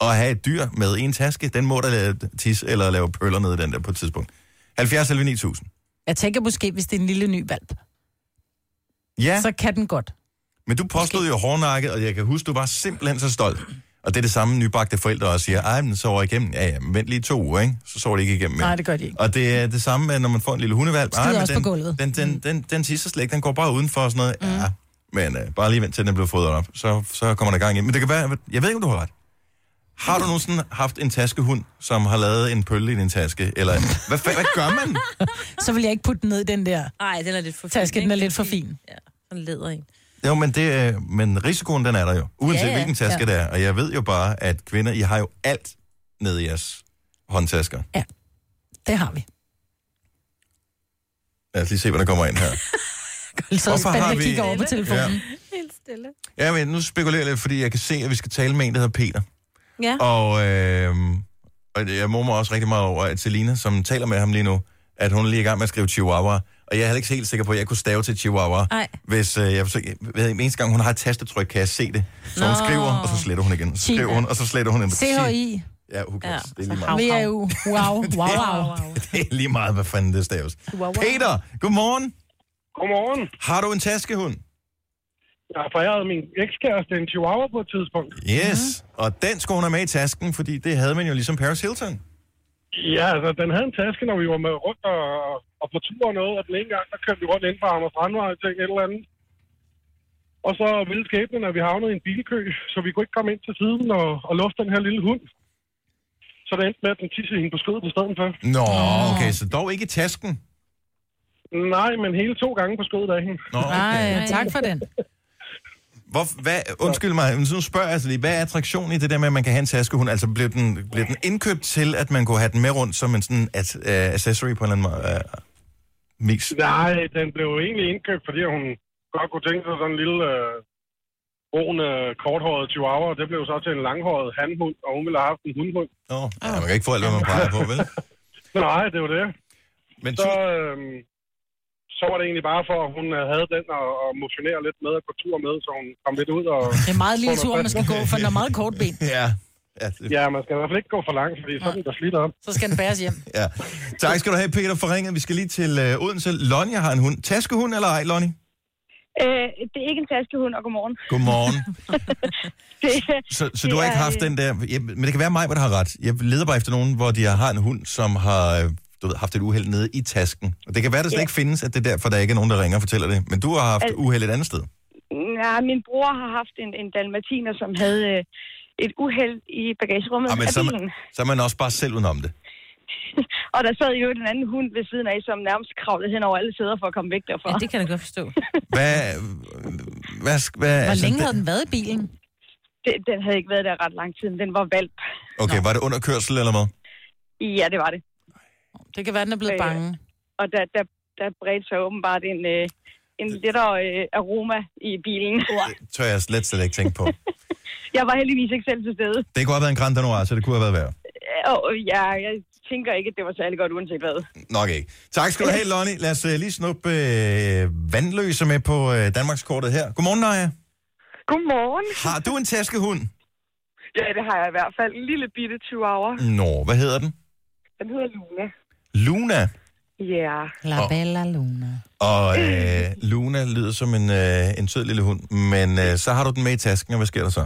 [SPEAKER 1] at have et dyr med i en taske. Den må da lave tis eller lave pøller ned i den der på et tidspunkt. 70 eller 9000.
[SPEAKER 3] Jeg tænker måske, hvis det er en lille ny valp,
[SPEAKER 1] Ja.
[SPEAKER 3] så kan den godt.
[SPEAKER 1] Men du påstod jo hårdnakket, og jeg kan huske, du var simpelthen så stolt. Og det er det samme nybagte forældre også siger, ej, men sover igennem. Ja, ja, men vent lige to uger, ikke? Så sover det ikke igennem. mere."
[SPEAKER 3] Nej, det gør de ikke.
[SPEAKER 1] Og det er det samme med, når man får en lille hundevalg.
[SPEAKER 3] Skider også
[SPEAKER 1] den,
[SPEAKER 3] på gulvet. Mm.
[SPEAKER 1] Den, den, den, den tisser slet ikke, den går bare udenfor og sådan noget. Mm. Ja, men øh, bare lige vent til den er blevet fodret op, så, så kommer der gang ind. Men det kan være, jeg ved ikke, om du har ret. Har du nogensinde haft en taskehund, som har lavet en pølle i din taske? Eller hvad, fa- hvad gør man?
[SPEAKER 3] Så vil jeg ikke putte den ned i den der.
[SPEAKER 4] Ej, den er lidt for fin.
[SPEAKER 3] Tasken
[SPEAKER 4] ikke?
[SPEAKER 3] er lidt for fin.
[SPEAKER 4] Ja, den leder en.
[SPEAKER 1] Jo, men, det, øh, men risikoen, den er der jo. Uanset ja,
[SPEAKER 4] Ja,
[SPEAKER 1] ja.
[SPEAKER 4] ja.
[SPEAKER 1] hvilken taske ja.
[SPEAKER 3] Ja.
[SPEAKER 1] det er. Og jeg ved jo bare, at kvinder, I har jo alt ned i jeres håndtasker.
[SPEAKER 3] Det har vi.
[SPEAKER 4] <laughs>
[SPEAKER 1] Lad os lige se, hvad der kommer ind her.
[SPEAKER 3] følelser, hvis
[SPEAKER 1] Hvorfor har
[SPEAKER 3] man
[SPEAKER 1] vi-
[SPEAKER 3] kigger over på telefonen. Ja.
[SPEAKER 4] Helt stille.
[SPEAKER 1] Ja, men nu spekulerer jeg lidt, fordi jeg kan se, at vi skal tale med en, der hedder Peter.
[SPEAKER 4] Ja.
[SPEAKER 1] Og, øh, og det- jeg mormer også rigtig meget over, at Selina, som taler med ham lige nu, at hun er lige i gang med at skrive Chihuahua. Og jeg er heller ikke helt sikker på, at jeg kunne stave til Chihuahua.
[SPEAKER 4] Ej.
[SPEAKER 1] Hvis øh, jeg forsøg, jeg ved, ikke, eneste gang, hun har et tastetryk, kan jeg se det. Så hun
[SPEAKER 4] Nå.
[SPEAKER 1] skriver, og så sletter hun igen. Så
[SPEAKER 3] China.
[SPEAKER 1] skriver hun, og så sletter hun igen.
[SPEAKER 3] CHI,
[SPEAKER 1] Ja, who cares?
[SPEAKER 4] Ja,
[SPEAKER 1] det er
[SPEAKER 4] så
[SPEAKER 1] lige
[SPEAKER 4] hav.
[SPEAKER 1] meget.
[SPEAKER 3] VAU, wow, wow, wow.
[SPEAKER 1] <laughs> Det er lige meget, hvad fanden det staves. Peter, godmorgen.
[SPEAKER 7] Godmorgen.
[SPEAKER 1] Har du en taskehund?
[SPEAKER 7] Jeg har foræret min ekskæreste en chihuahua på et tidspunkt.
[SPEAKER 1] Yes. Mm-hmm. Og den skulle hun have med i tasken, fordi det havde man jo ligesom Paris Hilton.
[SPEAKER 7] Ja, altså, den havde en taske, når vi var med rundt og, og på tur og noget, og den ene gang, der kørte vi rundt ind fra Amager Strandvej til et eller andet. Og så ville skæbnen, at vi havnede i en bilkø, så vi kunne ikke komme ind til siden og, og lufte den her lille hund. Så det endte med, at den tissede hende på skødet i stedet for.
[SPEAKER 1] Nå, okay, så dog ikke i tasken.
[SPEAKER 7] Nej, men hele to gange på skødet af hende.
[SPEAKER 1] Nå, okay.
[SPEAKER 3] Nej, tak for den.
[SPEAKER 1] Hvor, hvad, undskyld mig, men nu spørger jeg altså lige, hvad er attraktionen i det der med, at man kan have en taskehund? Altså, blev den, blev den indkøbt til, at man kunne have den med rundt som en sådan at, uh, accessory på en eller anden måde? Uh, mix?
[SPEAKER 7] Nej, den blev egentlig indkøbt, fordi hun godt kunne tænke sig sådan en lille øh, brun øh, korthåret chihuahua, og det blev så til en langhåret handhund, og hun ville have haft en hundhund.
[SPEAKER 1] Nå, oh, ja, man kan ikke få alt, hvad man peger på, vel?
[SPEAKER 7] Men nej, det var det.
[SPEAKER 1] Men
[SPEAKER 7] Så,
[SPEAKER 1] tu-
[SPEAKER 7] øh, så var det egentlig bare for, at hun øh, havde den og, og motionere lidt med og gå tur med, så hun kom lidt ud. Og,
[SPEAKER 3] Det er meget lille tur, man skal gå, for den har meget kort ben.
[SPEAKER 1] ja, ja, det,
[SPEAKER 7] ja, man skal i hvert fald ikke gå for langt, fordi så er den der slidt op.
[SPEAKER 3] Så skal den bæres hjem.
[SPEAKER 1] ja. Tak skal du have, Peter, for ringet. Vi skal lige til uh, Odense. Lonnie har en hund. Taskehund eller ej, Lonnie?
[SPEAKER 8] Øh, det er ikke en taskehund, og godmorgen.
[SPEAKER 1] Godmorgen.
[SPEAKER 8] <laughs> Det,
[SPEAKER 1] Så, så
[SPEAKER 8] Det
[SPEAKER 1] du har ikke
[SPEAKER 8] er,
[SPEAKER 1] haft
[SPEAKER 8] øh,
[SPEAKER 1] den der... Jeg, men det kan være mig, hvor der har ret. Jeg leder bare efter nogen, hvor de har en hund, som har øh, du ved, haft et uheld nede i tasken. Og det kan være, der slet
[SPEAKER 8] Ja.
[SPEAKER 1] ikke findes, at det er derfor, der ikke er nogen, der ringer og fortæller det. Men du har haft
[SPEAKER 8] Al-
[SPEAKER 1] uheld et andet sted.
[SPEAKER 8] ja, min bror har haft en, en dalmatiner, som havde øh, et uheld i bagagerummet
[SPEAKER 1] Ah, men
[SPEAKER 8] af
[SPEAKER 1] så, er
[SPEAKER 8] bilen.
[SPEAKER 1] man, så er man også bare selv udenom det.
[SPEAKER 8] Og der sad jo en anden hund ved siden af, som nærmest kravlede hen over alle sæder for at komme væk derfra.
[SPEAKER 4] Ja,
[SPEAKER 8] Ja,
[SPEAKER 4] det kan jeg godt forstå.
[SPEAKER 1] Hvad... hvad, sk- hvad
[SPEAKER 3] Hvor
[SPEAKER 1] altså,
[SPEAKER 3] længe havde
[SPEAKER 1] den?
[SPEAKER 3] den været i bilen?
[SPEAKER 8] det, den havde ikke været der ret lang tid. Den var valp.
[SPEAKER 1] Okay, var det under kørsel eller hvad?
[SPEAKER 8] Ja, det var det.
[SPEAKER 3] Det kan være, den er blevet
[SPEAKER 8] Øh,
[SPEAKER 3] bange.
[SPEAKER 8] Og der, der, der bredte sig åbenbart en, øh, en lettere øh, aroma i bilen.
[SPEAKER 1] Det tør jeg slet, slet ikke tænke på.
[SPEAKER 8] <laughs> Jeg var heldigvis ikke selv til stede.
[SPEAKER 1] Det kunne have været en Grand Danois, så det kunne have været værre.
[SPEAKER 8] Og ja, jeg tænker ikke, at det var særlig godt, uanset hvad.
[SPEAKER 1] Nok ikke. Tak skal du have, Lonnie. Lad os øh, lige snuppe øh, vandløse med på øh, Danmarkskortet her. Godmorgen, Naja.
[SPEAKER 8] Godmorgen.
[SPEAKER 1] Har du en taskehund?
[SPEAKER 8] Ja, det har jeg i hvert fald. En lille bitte 20 hour.
[SPEAKER 1] Nå, hvad hedder den?
[SPEAKER 8] Den hedder Luna.
[SPEAKER 1] Luna.
[SPEAKER 8] Ja.
[SPEAKER 3] La Bella Luna.
[SPEAKER 1] Og øh,
[SPEAKER 8] Mm.
[SPEAKER 1] Luna lyder som en, øh, en sød lille hund, men øh, så har du den med i tasken, og hvad sker der så?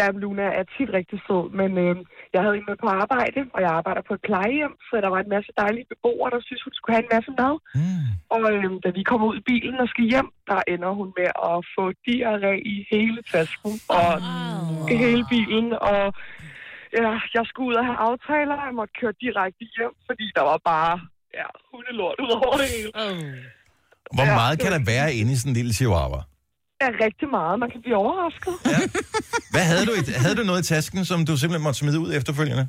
[SPEAKER 8] Ja, Luna er tit rigtig sød, men øh, jeg havde en med på arbejde, og jeg arbejder på et plejehjem, så der var en masse dejlige beboere, der synes hun skulle have en masse mad.
[SPEAKER 1] Mm.
[SPEAKER 8] Og øh, da vi kommer ud i bilen og skal hjem, der ender hun med at få diarré i hele tasken og i hele bilen, og ja, jeg skulle ud og have aftaler, og jeg måtte køre direkte hjem, fordi der var bare ja, hundelort ud over det hele.
[SPEAKER 1] Hvor
[SPEAKER 8] Ja,
[SPEAKER 1] meget
[SPEAKER 8] det
[SPEAKER 1] kan der være inde i sådan en lille chihuahua?
[SPEAKER 8] Ja, rigtig meget. Man kan blive overrasket.
[SPEAKER 1] Hvad havde du, i, havde du noget i tasken, som du simpelthen måtte smide ud efterfølgende?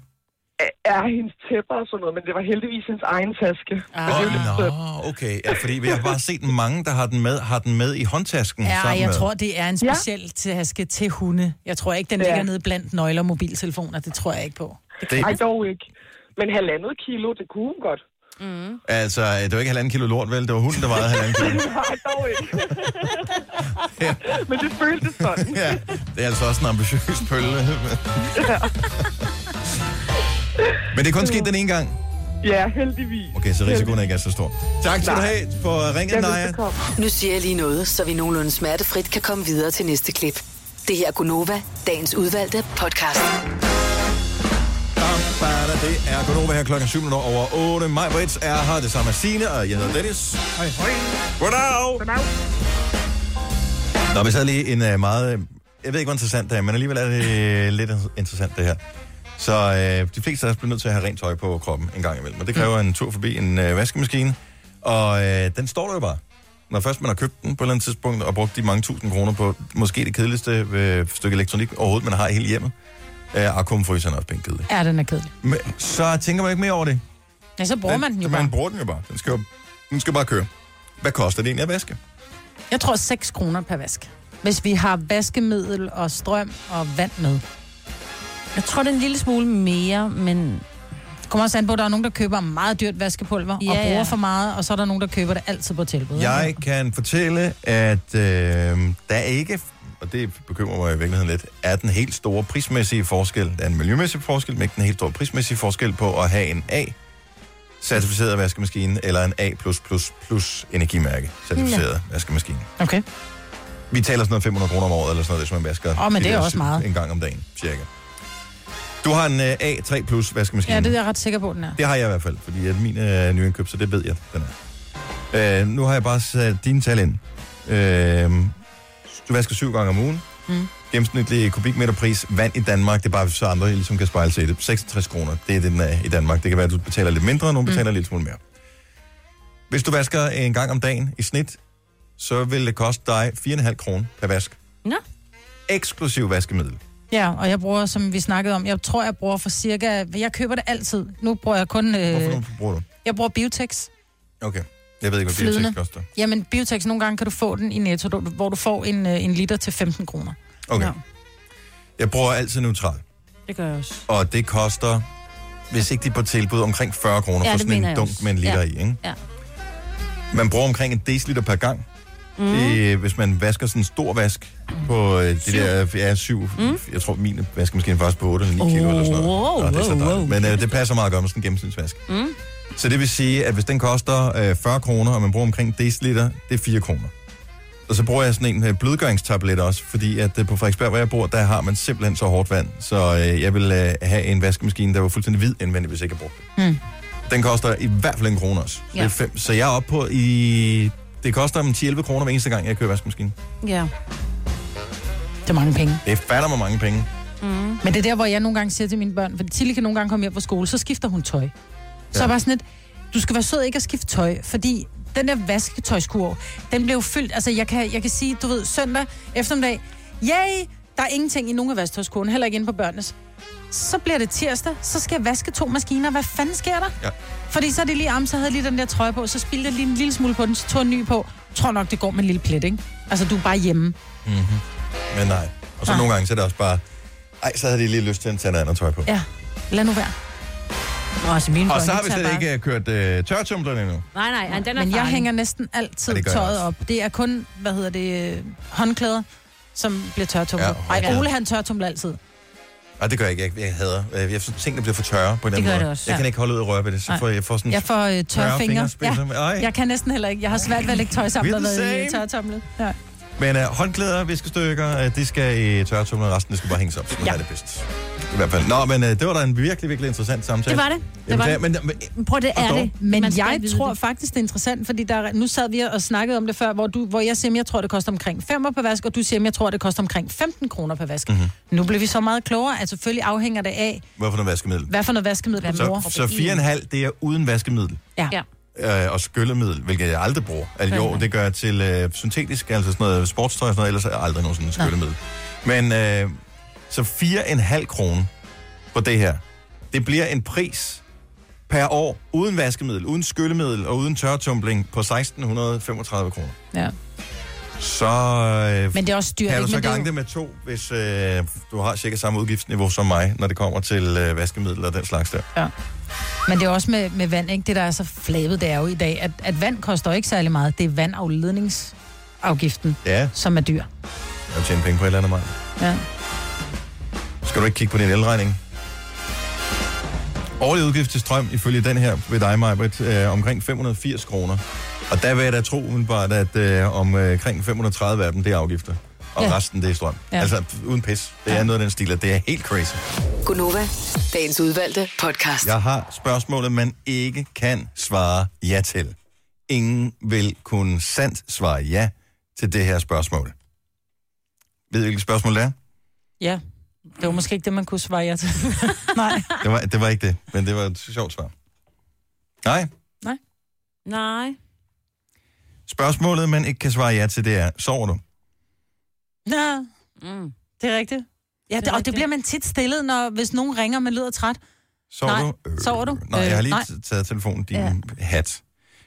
[SPEAKER 8] er hendes tæpper og sådan noget, men det var heldigvis hendes egen taske. Men
[SPEAKER 3] Ah.
[SPEAKER 8] det er jo lidt
[SPEAKER 1] Oh,
[SPEAKER 8] sødt.
[SPEAKER 1] nå, okay. Ja, fordi vi har bare set mange, der har den med, har den med i håndtasken.
[SPEAKER 3] Ja,
[SPEAKER 1] sammen
[SPEAKER 3] jeg
[SPEAKER 1] med.
[SPEAKER 3] tror, det er en speciel taske til hunde. Jeg tror ikke, den
[SPEAKER 8] Ja.
[SPEAKER 3] ligger nede blandt nøgler og mobiltelefoner. Det tror jeg ikke på.
[SPEAKER 8] Ej, dog ikke. Men halvandet kilo, det kunne hun godt.
[SPEAKER 1] Altså, øh, det var ikke halvanden kilo lort, vel? Det var hunden, der vejede halvanden
[SPEAKER 3] <laughs>
[SPEAKER 1] kilo.
[SPEAKER 8] Nej, dog ikke. <laughs> men det føltes sådan.
[SPEAKER 1] Ja, det er altså også en ambitiøs pølle. Men det er kun sket den ene gang.
[SPEAKER 8] Ja, heldigvis.
[SPEAKER 1] Okay, så risikoen ikke er så stor. Tak skal du
[SPEAKER 8] Nej.
[SPEAKER 1] have for ringet, Naja.
[SPEAKER 8] velbekomme.
[SPEAKER 5] Nu siger jeg lige noget, så vi nogenlunde smertefrit kan komme videre til næste klip. Det her er Gunova, dagens udvalgte podcast.
[SPEAKER 1] Bam, bada, Det er Gunova her klokken 7 minutter over 8. Mig, Brits er her. Det samme er Signe, og jeg hedder Dennis. Hej. Goddag. Goddag. Nå, vi sad lige en øh, meget... øh, Jeg ved ikke, hvor interessant det er, men alligevel er det øh, lidt interessant, det her. Så øh, de fleste af os bliver nødt til at have rent tøj på kroppen en gang imellem. Og det kræver en tur forbi en øh, vaskemaskine. Og øh, den står der jo bare. Når først man har købt den på et eller andet tidspunkt, og brugt de mange tusind kroner på måske det kedeligste øh, stykke elektronik overhovedet, man har i hele hjemmet. Øh, Akumfryseren er også pænt kedelig.
[SPEAKER 3] Ja, den er kedelig.
[SPEAKER 1] Men, så tænker man ikke mere over det.
[SPEAKER 3] Ja, så bruger man den jo
[SPEAKER 1] Man
[SPEAKER 3] bare.
[SPEAKER 1] bruger den jo bare. Den skal, jo, den skal bare køre. Hvad koster det egentlig at vaske?
[SPEAKER 3] Jeg tror 6 kroner per vask. Hvis vi har vaskemiddel og strøm og vand med.
[SPEAKER 4] Jeg tror, det er en lille smule mere, men
[SPEAKER 3] Det kommer også an på, at der er nogen, der køber meget dyrt vaskepulver ja,
[SPEAKER 4] Ja,
[SPEAKER 3] og bruger
[SPEAKER 4] ja.
[SPEAKER 3] for meget, og så er der nogen, der køber det altid på tilbud.
[SPEAKER 1] Jeg kan fortælle, at øh, der ikke, og det bekymrer mig i virkeligheden lidt, er den helt store prismæssige forskel. Der er en miljømæssig forskel, men ikke den helt store prismæssige forskel på at have en A certificeret vaskemaskine, eller en A++ energimærke certificeret ja. vaskemaskine.
[SPEAKER 3] Okay.
[SPEAKER 1] Vi taler sådan noget 500 kroner om året, eller sådan noget, hvis man vasker
[SPEAKER 3] Åh, men det er
[SPEAKER 1] fire-
[SPEAKER 3] også meget.
[SPEAKER 1] en gang om dagen, cirka. Du har en øh, A3 vaskemaskine.
[SPEAKER 3] Ja, det er jeg ret sikker på, den er.
[SPEAKER 1] Det har jeg i hvert fald, fordi at min er nyindkøb, så det ved jeg, den er. Øh, nu har jeg bare sat dine tal ind. Øh, du vasker syv gange om ugen. Mm. Gennemsnitlig kubikmeterpris vand i Danmark, det er bare så andre ligesom kan spejle sig i det. 66 kroner, det er det, den er i Danmark. Det kan være, at du betaler lidt mindre, og nogen betaler mm. lidt smule mere. Hvis du vasker en gang om dagen i snit, så vil det koste dig 4,5 kroner per vask.
[SPEAKER 4] Nå.
[SPEAKER 1] Eksklusiv vaskemiddel.
[SPEAKER 3] Ja, og jeg bruger, som vi snakkede om, jeg tror, jeg bruger for cirka... Jeg køber det altid. Nu bruger jeg kun...
[SPEAKER 1] Hvorfor
[SPEAKER 3] Øh,
[SPEAKER 1] nu bruger du?
[SPEAKER 3] jeg bruger Biotex.
[SPEAKER 1] Okay. Jeg ved ikke, hvad
[SPEAKER 3] Flydende.
[SPEAKER 1] biotek koster.
[SPEAKER 3] Jamen, Biotex, nogle gange kan du få den i Netto, du- hvor du får en, øh, en liter til 15 kroner.
[SPEAKER 1] Okay.
[SPEAKER 3] Ja.
[SPEAKER 1] Jeg bruger altid neutral.
[SPEAKER 4] det gør jeg også.
[SPEAKER 1] og det koster, hvis ikke de er på tilbud, omkring 40 kroner
[SPEAKER 4] Ja,
[SPEAKER 1] ja, for
[SPEAKER 4] det
[SPEAKER 1] sådan
[SPEAKER 4] mener
[SPEAKER 1] en
[SPEAKER 4] jeg
[SPEAKER 1] dunk
[SPEAKER 4] også.
[SPEAKER 1] med en liter
[SPEAKER 4] Ja.
[SPEAKER 1] i, ikke?
[SPEAKER 4] Ja.
[SPEAKER 1] Man bruger omkring en deciliter per gang. Mm. Det, hvis man vasker sådan en stor vask på øh, det der, ja, syv, mm. jeg tror min vaskemaskine faktisk på 8 eller 9 oh, kilo eller sådan noget.
[SPEAKER 4] Wow,
[SPEAKER 1] Nå, det er så
[SPEAKER 4] wow,
[SPEAKER 1] dejligt.
[SPEAKER 4] wow.
[SPEAKER 1] Men øh, det passer meget godt med sådan en gennemsnitsvask. Mm. Så det vil sige, at hvis den koster øh, 40 kroner, og man bruger omkring en deciliter, det er 4 kroner. Og så bruger jeg sådan en øh, blødgøringstablet også, fordi at øh, på Frederiksberg, hvor jeg bor, der har man simpelthen så hårdt vand. Så øh, jeg vil øh, have en vaskemaskine, der var fuldstændig hvid indvendig, hvis jeg ikke jeg brugte den. Mm. Den koster i hvert fald en krone også. Så, ja. det
[SPEAKER 4] Ja.
[SPEAKER 1] er fem, så jeg er oppe på i... Det koster om 10-11 kroner hver eneste gang, jeg kører vaskemaskine.
[SPEAKER 4] Ja.
[SPEAKER 3] Det er mange penge.
[SPEAKER 1] Det fatter mig mange penge.
[SPEAKER 3] Men det er der, hvor jeg nogle gange siger til mine børn, for Tilly kan nogle gange komme hjem fra skole, så skifter hun tøj. Så
[SPEAKER 1] Ja.
[SPEAKER 3] ja. er jeg bare sådan lidt, du skal være sød ikke at skifte tøj, fordi den der vasketøjskurv, den blev fyldt, altså jeg kan, jeg kan sige, du ved, søndag eftermiddag, yay, der er ingenting i nogen af vasketøjskurven, heller ikke inde på børnenes. Så bliver det tirsdag, så skal jeg vaske to maskiner. Hvad fanden sker der?
[SPEAKER 1] Ja.
[SPEAKER 3] Fordi så er det lige om, så havde jeg lige den der trøje på, så spildte jeg lige en lille smule på den, så tog jeg en ny på. Tror nok, det går med en lille plet, ikke? Altså, du er bare hjemme.
[SPEAKER 1] Men nej. Og så
[SPEAKER 3] Nej.
[SPEAKER 4] Ah.
[SPEAKER 1] nogle gange, så er det også bare... Ej, så havde de lige lyst til at tage noget andet tøj på. Ja.
[SPEAKER 3] Ja, lad nu være.
[SPEAKER 4] Og, altså, mine
[SPEAKER 1] Og
[SPEAKER 4] børn,
[SPEAKER 1] så
[SPEAKER 4] de
[SPEAKER 1] har vi
[SPEAKER 4] tager
[SPEAKER 1] slet
[SPEAKER 4] bare-
[SPEAKER 1] ikke øh, kørt øh, tørretumblerne endnu.
[SPEAKER 4] Nej, nej, nej, den er
[SPEAKER 3] Men jeg
[SPEAKER 4] farlig.
[SPEAKER 3] hænger næsten altid
[SPEAKER 1] Ja,
[SPEAKER 3] ja,
[SPEAKER 1] det gør jeg
[SPEAKER 3] tøjet
[SPEAKER 1] også.
[SPEAKER 3] op. Det er kun, hvad hedder det, øh, håndklæder, som bliver tørretumlet.
[SPEAKER 1] Ja,
[SPEAKER 3] Ja, Ej,
[SPEAKER 1] håndklæder.
[SPEAKER 3] Ole han tørretumler altid.
[SPEAKER 1] Nej, det gør jeg ikke. Jeg, jeg hader. øh, Jeg synes, tingene bliver for tørre på en eller anden
[SPEAKER 4] gør
[SPEAKER 1] måde.
[SPEAKER 4] det også,
[SPEAKER 1] Jeg
[SPEAKER 4] ja.
[SPEAKER 1] kan ikke holde ud og røre ved det. Så
[SPEAKER 3] Nej.
[SPEAKER 1] får jeg, jeg får sådan
[SPEAKER 3] Jeg får øh, tørre fingre.
[SPEAKER 1] Ja.
[SPEAKER 3] Ja.
[SPEAKER 1] Ej.
[SPEAKER 3] Jeg kan næsten heller ikke. Jeg har svært ved at lægge tøj sammen,
[SPEAKER 1] We're the
[SPEAKER 3] der har været i
[SPEAKER 1] same.
[SPEAKER 3] øh, tørretumlet. Ja.
[SPEAKER 1] Men uh, håndklæder, viskestykker, uh, de skal i uh, tørretumler, resten det skal bare hænges op. Sådan ja.
[SPEAKER 3] Ja.
[SPEAKER 1] er det bedst. I hvert fald. Nå, men uh, det var da en virkelig, virkelig interessant samtale.
[SPEAKER 4] Det var det.
[SPEAKER 1] Jeg
[SPEAKER 4] Det var
[SPEAKER 1] beklager,
[SPEAKER 4] det.
[SPEAKER 1] men, men,
[SPEAKER 4] Men Prøv, det er
[SPEAKER 1] Forstår.
[SPEAKER 4] det.
[SPEAKER 3] Men
[SPEAKER 4] Man skal
[SPEAKER 3] jeg
[SPEAKER 4] vide
[SPEAKER 3] tror
[SPEAKER 4] det.
[SPEAKER 3] faktisk, det er interessant, fordi der, nu sad vi og snakkede om det før, hvor, du, hvor jeg siger, at jeg tror, det koster omkring 5 per vask, og du siger, at jeg tror, det koster omkring 15 kroner per vask.
[SPEAKER 1] Mhm.
[SPEAKER 3] Mm-hmm. Nu blev vi så meget klogere, at selvfølgelig afhænger det af,
[SPEAKER 1] hvorfor noget vaskemiddel?
[SPEAKER 3] hvad for noget vaskemiddel du bruger.
[SPEAKER 1] Så, så 4,5, det er uden vaskemiddel
[SPEAKER 4] Ja.
[SPEAKER 1] øh, og skyllemiddel, hvilket jeg aldrig bruger. Altså, jo, det gør jeg til øh, syntetisk, altså sådan noget sportstøj og sådan noget, ellers er jeg aldrig nogen sådan skyllemiddel. Men øh, så 4,5 kroner på det her, det bliver en pris per år, uden vaskemiddel, uden skyllemiddel og uden tørretumbling på 1635 kroner.
[SPEAKER 3] Ja.
[SPEAKER 1] Så øh,
[SPEAKER 3] Men det er også dyrt.
[SPEAKER 1] kan du
[SPEAKER 3] ikke?
[SPEAKER 1] så
[SPEAKER 3] Men det er
[SPEAKER 1] gange
[SPEAKER 3] jo-
[SPEAKER 1] det med to, hvis øh, du har cirka samme udgiftsniveau som mig, når det kommer til øh, vaskemiddel og den slags der.
[SPEAKER 3] Men det er også med, med vand, ikke? Det, der er så flabet, det er jo i dag, at, at vand koster jo ikke særlig meget. Det er vandafledningsafgiften,
[SPEAKER 1] Ja,
[SPEAKER 3] som er dyr.
[SPEAKER 1] jeg vil tjene penge på et eller andet, mig.
[SPEAKER 3] Ja.
[SPEAKER 1] Skal du ikke kigge på din elregning? Årlig udgift til strøm, ifølge den her ved dig, Majbert, øh, omkring 580 kroner. Og der vil jeg da tro umiddelbart, at øh, omkring 530 af dem, det er afgifter. Og ja.
[SPEAKER 3] Ja.
[SPEAKER 1] resten, det er strøm. Ja.
[SPEAKER 3] Ja.
[SPEAKER 1] Altså, pff, uden pis. Det er noget af den stil, at det er helt crazy.
[SPEAKER 5] Gunova, dagens udvalgte podcast.
[SPEAKER 1] Jeg har spørgsmålet, man ikke kan svare ja til. Ingen vil kunne sandt svare ja til det her spørgsmål. Ved I, hvilket spørgsmål det er?
[SPEAKER 3] ja. Det var måske ikke det, man kunne svare jer til. <laughs> Nej.
[SPEAKER 1] Det var, det var ikke det, men det var et sjovt svar. Nej,
[SPEAKER 4] Nej.
[SPEAKER 1] Spørgsmålet, man ikke kan svare ja til, det er, sover du?
[SPEAKER 3] Nå,
[SPEAKER 4] Mm.
[SPEAKER 3] det er rigtigt. Ja, det, og det
[SPEAKER 4] rigtigt.
[SPEAKER 3] bliver man tit stillet, når, hvis nogen ringer, man lyder træt.
[SPEAKER 1] Sover
[SPEAKER 3] Nej.
[SPEAKER 1] du? Øh,
[SPEAKER 3] Sover du?
[SPEAKER 1] Nej,
[SPEAKER 3] Øh,
[SPEAKER 1] jeg har lige
[SPEAKER 3] nej.
[SPEAKER 1] t- taget telefonen, din ja. hat.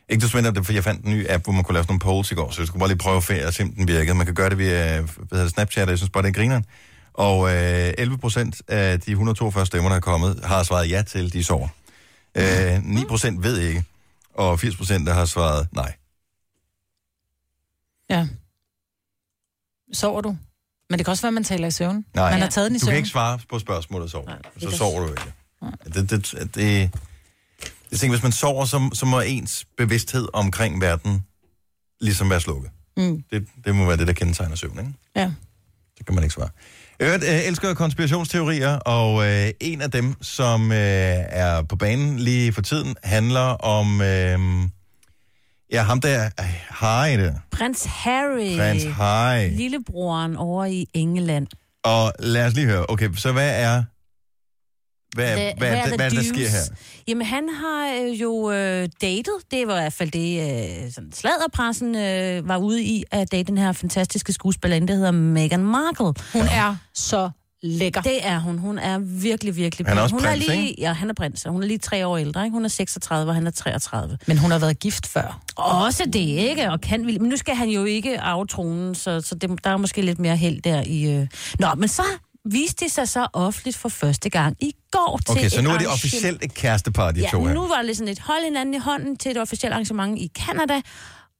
[SPEAKER 1] Ikke desto mindre, for jeg fandt en ny app, hvor man kunne lave sådan nogle polls i går, så jeg skulle bare lige prøve at se, at se, om den virkede. Man kan gøre det via hvad hedder det, Snapchat, og jeg synes bare, det er grineren. Og øh, 11 procent af de 142 stemmer, der er kommet, har svaret ja til, de sover. Øh,
[SPEAKER 3] Mm.
[SPEAKER 1] 9 procent ved ikke, og 80 procent, der har svaret nej.
[SPEAKER 3] Ja. Sover du? Men det kan også være, at man taler i søvn.
[SPEAKER 1] nej.
[SPEAKER 3] Man har taget den i
[SPEAKER 1] Du kan
[SPEAKER 3] søvn.
[SPEAKER 1] ikke svare på spørgsmålet, sover.
[SPEAKER 4] Nej,
[SPEAKER 1] du. Så
[SPEAKER 4] det-
[SPEAKER 1] sover du ikke. Det, det, det, det, jeg tænker, hvis man sover, så, så må ens bevidsthed omkring verden ligesom være slukket.
[SPEAKER 3] Mm.
[SPEAKER 1] Det, det må være det, der kendetegner søvn, ikke?
[SPEAKER 3] Ja.
[SPEAKER 1] Det kan man ikke svare. I Øvrigt, øh, elsker jeg konspirationsteorier, og øh, en af dem, som øh, er på banen lige for tiden, handler om... Øh, ja, ham der, øh, Harry der,
[SPEAKER 4] Prins
[SPEAKER 3] Øh,
[SPEAKER 4] Harry.
[SPEAKER 1] Prins Harry.
[SPEAKER 4] Lillebroren over i England.
[SPEAKER 1] Og lad os lige høre, okay, så hvad er... Hvad,
[SPEAKER 4] Hvad-
[SPEAKER 1] hvad, hvad,
[SPEAKER 4] hvad er
[SPEAKER 1] hvad, hvad er det, der
[SPEAKER 4] the
[SPEAKER 1] sker her?
[SPEAKER 4] dues? Jamen, han har øh, jo øh, datet. Det var i hvert fald det, øh, sådan sladderpressen øh, var ude i, at date den her fantastiske skuespillerinde, der hedder Meghan Markle.
[SPEAKER 3] Hun er så lækker.
[SPEAKER 4] Det er hun. Hun er virkelig, virkelig
[SPEAKER 1] Han er
[SPEAKER 4] pæn.
[SPEAKER 1] også
[SPEAKER 4] hun
[SPEAKER 1] prins,
[SPEAKER 4] er lige,
[SPEAKER 1] ikke?
[SPEAKER 4] Ja, han er prins. og Hun er lige tre år ældre. Ikke? Hun er 36, og han er 33.
[SPEAKER 3] Men hun har været gift før.
[SPEAKER 4] Også det, ikke? Og kan, vil- men nu skal han jo ikke arve tronen, så, så det, der er måske lidt mere held der i... Øh. Nå, men så viste det sig så offentligt for første gang i går til
[SPEAKER 1] Okay, så
[SPEAKER 4] et
[SPEAKER 1] nu er det
[SPEAKER 4] arrangement-
[SPEAKER 1] officielt et kærestepar, de
[SPEAKER 4] Ja,
[SPEAKER 1] to her.
[SPEAKER 4] nu var det lidt sådan et hold hinanden i hånden til et officielt arrangement i Kanada,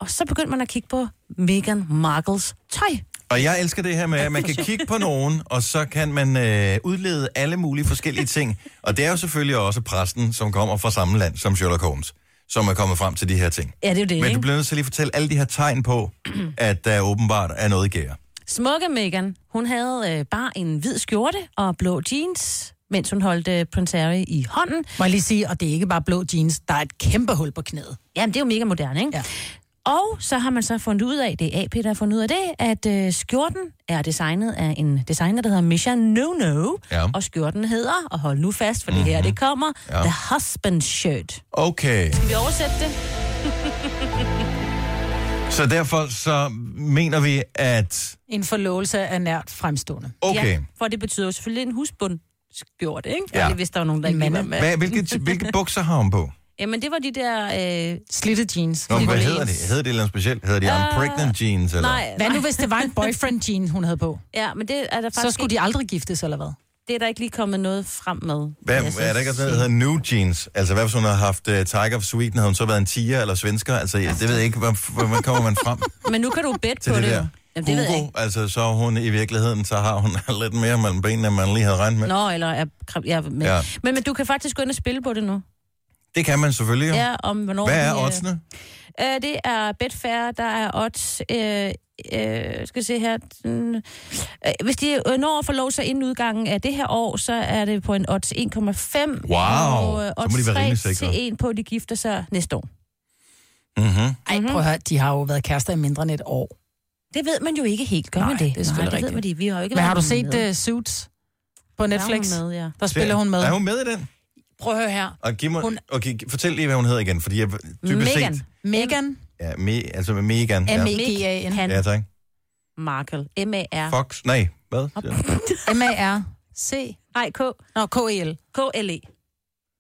[SPEAKER 4] og så begyndte man at kigge på Meghan Markles tøj.
[SPEAKER 1] Og jeg elsker det her med, at man kan kigge på nogen, og så kan man øh, udlede alle mulige forskellige ting. Og det er jo selvfølgelig også præsten, som kommer fra samme land som Sherlock Holmes, som er kommet frem til de her ting.
[SPEAKER 4] Ja, det er jo det,
[SPEAKER 1] Men
[SPEAKER 4] ikke?
[SPEAKER 1] du bliver nødt til lige at fortælle alle de her tegn
[SPEAKER 4] <clears throat>
[SPEAKER 1] på, at der åbenbart er noget i gære.
[SPEAKER 4] Smukke Meghan, hun havde øh, bare en hvid skjorte og blå jeans, mens hun holdt øh, prins Harry i hånden.
[SPEAKER 3] Må jeg lige sige, og det er ikke bare blå jeans, der er et kæmpe hul på knæet.
[SPEAKER 4] Jamen, det er jo mega moderne, ikke?
[SPEAKER 3] Ja.
[SPEAKER 4] Og så har man så fundet ud af, det er AP, der har fundet ud af det, at øh, skjorten er designet af en designer, der hedder Misha No No.
[SPEAKER 1] Ja.
[SPEAKER 4] Og skjorten hedder, og hold nu fast, for det her det kommer, Mhm. ja. The Husband Shirt.
[SPEAKER 1] Okay,
[SPEAKER 4] Vil vi oversætte det?
[SPEAKER 1] så derfor så mener vi, at...
[SPEAKER 3] En forlovelse er nært fremstående.
[SPEAKER 1] Okay,
[SPEAKER 4] Ja, for det betyder jo selvfølgelig en husbund skjorte, ikke?
[SPEAKER 1] Ja.
[SPEAKER 4] Ja. Det vidste der var nogen, der ikke
[SPEAKER 3] En
[SPEAKER 4] lige var
[SPEAKER 3] mand-
[SPEAKER 4] med.
[SPEAKER 1] Hvad, hvilke, hvilke bukser har hun på?
[SPEAKER 4] Jamen, det var de der... Øh,
[SPEAKER 3] Slittet jeans.
[SPEAKER 1] Nå,
[SPEAKER 4] Det
[SPEAKER 1] hvad
[SPEAKER 4] var
[SPEAKER 1] hedder det?
[SPEAKER 4] ens.
[SPEAKER 1] Hedder det et eller andet specielt? Hedder de I'm pregnant jeans? Eller?
[SPEAKER 4] Øh, nej,
[SPEAKER 3] Hvad nu, hvis det var en boyfriend jean, hun havde på?
[SPEAKER 4] ja, men det er der faktisk
[SPEAKER 3] Så skulle de
[SPEAKER 4] ikke,
[SPEAKER 3] aldrig giftes, eller hvad?
[SPEAKER 4] det er der ikke lige kommet noget frem med.
[SPEAKER 1] Hvad,
[SPEAKER 4] Altså,
[SPEAKER 1] er der ikke også noget, der hedder New Jeans? Altså, hvad hvis hun har haft uh, Tiger of Sweden? Havde hun så været en tiger eller svensker? Altså, jeg, det ved jeg ikke. Hvor, hvor hvor kommer man
[SPEAKER 4] <laughs>
[SPEAKER 1] frem
[SPEAKER 4] Men nu kan du bet
[SPEAKER 1] til
[SPEAKER 4] på
[SPEAKER 1] det,
[SPEAKER 4] det.
[SPEAKER 1] der?
[SPEAKER 4] Jamen, det ved jeg
[SPEAKER 1] Hugo,
[SPEAKER 4] ikke.
[SPEAKER 1] altså, så er hun i virkeligheden, så har hun <laughs> lidt mere mellem benene, end man lige havde regnet med. Nå.
[SPEAKER 4] Nå, eller er, kram- ja, men,
[SPEAKER 1] Ja.
[SPEAKER 4] ja. men, men du kan faktisk gå ind og spille på det nu.
[SPEAKER 1] Det kan man selvfølgelig jo.
[SPEAKER 4] Ja, om hvornår...
[SPEAKER 1] Hvad er
[SPEAKER 4] vi, øh,
[SPEAKER 1] oddsene?
[SPEAKER 4] Øh, det er Betfair, der er odds... Øh, øh, skal vi se her... Mm, øh, hvis de øh, når at forlove sig inden udgangen af det her år, så er det på en odds 1,5.
[SPEAKER 1] Wow,
[SPEAKER 4] Og øh,
[SPEAKER 1] så må de være rimelig
[SPEAKER 4] odds 3
[SPEAKER 1] sikre.
[SPEAKER 4] til 1 på, at de gifter sig næste år. Mhm.
[SPEAKER 1] Mm-hmm.
[SPEAKER 3] Ej, prøv at høre, de har jo været kærester i mindre end et år.
[SPEAKER 4] Det ved man jo ikke helt, gør
[SPEAKER 3] Nej,
[SPEAKER 4] man det?
[SPEAKER 3] det er selvfølgelig
[SPEAKER 4] det ved man
[SPEAKER 3] rigtigt.
[SPEAKER 4] ikke. Vi har jo ikke
[SPEAKER 3] Men
[SPEAKER 4] været
[SPEAKER 3] har du
[SPEAKER 4] med.
[SPEAKER 3] set uh, Suits på
[SPEAKER 4] Der er hun
[SPEAKER 3] Netflix?
[SPEAKER 4] Med, ja.
[SPEAKER 3] Der spiller hun med.
[SPEAKER 1] Er hun med i den?
[SPEAKER 3] Prøv at høre her.
[SPEAKER 1] Og giv mig,
[SPEAKER 3] Hun-
[SPEAKER 1] Okay, fortæl lige, hvad hun hedder igen, fordi jeg dybest
[SPEAKER 4] Meghan.
[SPEAKER 1] set...
[SPEAKER 3] Megan
[SPEAKER 1] Ja, me, altså med Megan. Ja.
[SPEAKER 3] M-E-G-A-N.
[SPEAKER 1] ja,
[SPEAKER 4] Han
[SPEAKER 1] tak.
[SPEAKER 4] Markle. M-A-R.
[SPEAKER 1] Fox. Nej, hvad? siger du?
[SPEAKER 3] M-A-R-C.
[SPEAKER 4] Nej, K.
[SPEAKER 3] Nå, K-E-L.
[SPEAKER 4] K-L-E.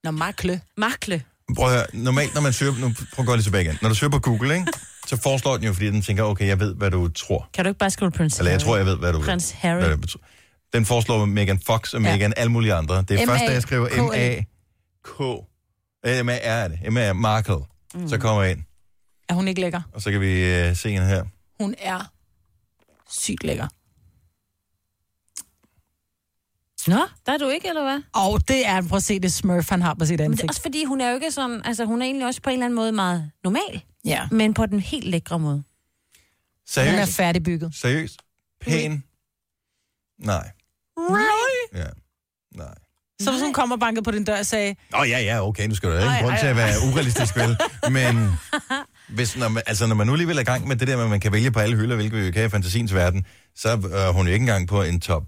[SPEAKER 3] Nå, Markle.
[SPEAKER 4] Markle.
[SPEAKER 1] Prøv at høre, normalt når man søger... Nu prøv at gå lige tilbage igen. Når du søger på Google, ikke? Så foreslår den jo, fordi den tænker, okay, jeg ved, hvad du tror.
[SPEAKER 4] Kan du ikke bare skrive prins
[SPEAKER 1] Eller Altså, jeg tror,
[SPEAKER 4] Harry?
[SPEAKER 1] jeg ved, hvad du
[SPEAKER 4] Prins Harry.
[SPEAKER 1] Hvad det betyder. Den foreslår Megan Fox og
[SPEAKER 3] Ja.
[SPEAKER 1] Megan alle mulige andre. Det er
[SPEAKER 3] M.A.
[SPEAKER 1] først, da jeg skriver
[SPEAKER 3] K.L..
[SPEAKER 1] M-A-K. Eh, M-A-R er det. M-A Markle. Så kommer jeg ind,
[SPEAKER 3] Er hun ikke lækker?
[SPEAKER 1] og så kan vi øh, se hende her.
[SPEAKER 3] Hun er sygt lækker.
[SPEAKER 4] Nå, der er du ikke, eller hvad?
[SPEAKER 3] Og det er, prøv at se det smurf, han har på sit
[SPEAKER 4] Men det er
[SPEAKER 3] ansigt.
[SPEAKER 4] også fordi, hun er jo ikke sådan... Altså, hun er egentlig også på en eller anden måde meget normal,
[SPEAKER 3] Ja.
[SPEAKER 4] men på den helt lækre måde.
[SPEAKER 3] Hun er
[SPEAKER 1] Seriøst?
[SPEAKER 3] færdigbygget.
[SPEAKER 1] Seriøst? Pæn? Nej.
[SPEAKER 4] Right.
[SPEAKER 1] Ja. Nej.
[SPEAKER 3] Så hvis hun kommer og banker på din dør og sagde,
[SPEAKER 1] Nå ja, ja, okay, nu skal du da ikke
[SPEAKER 3] Ej,
[SPEAKER 1] grund
[SPEAKER 3] ej,
[SPEAKER 1] til at være urealistisk, vel?
[SPEAKER 4] <laughs>
[SPEAKER 1] Men hvis, når, man, altså, når man nu alligevel er i gang med det der med, at man kan vælge på alle hylder, hvilket vi jo kan i fantasiens verden, så er hun jo ikke engang på en top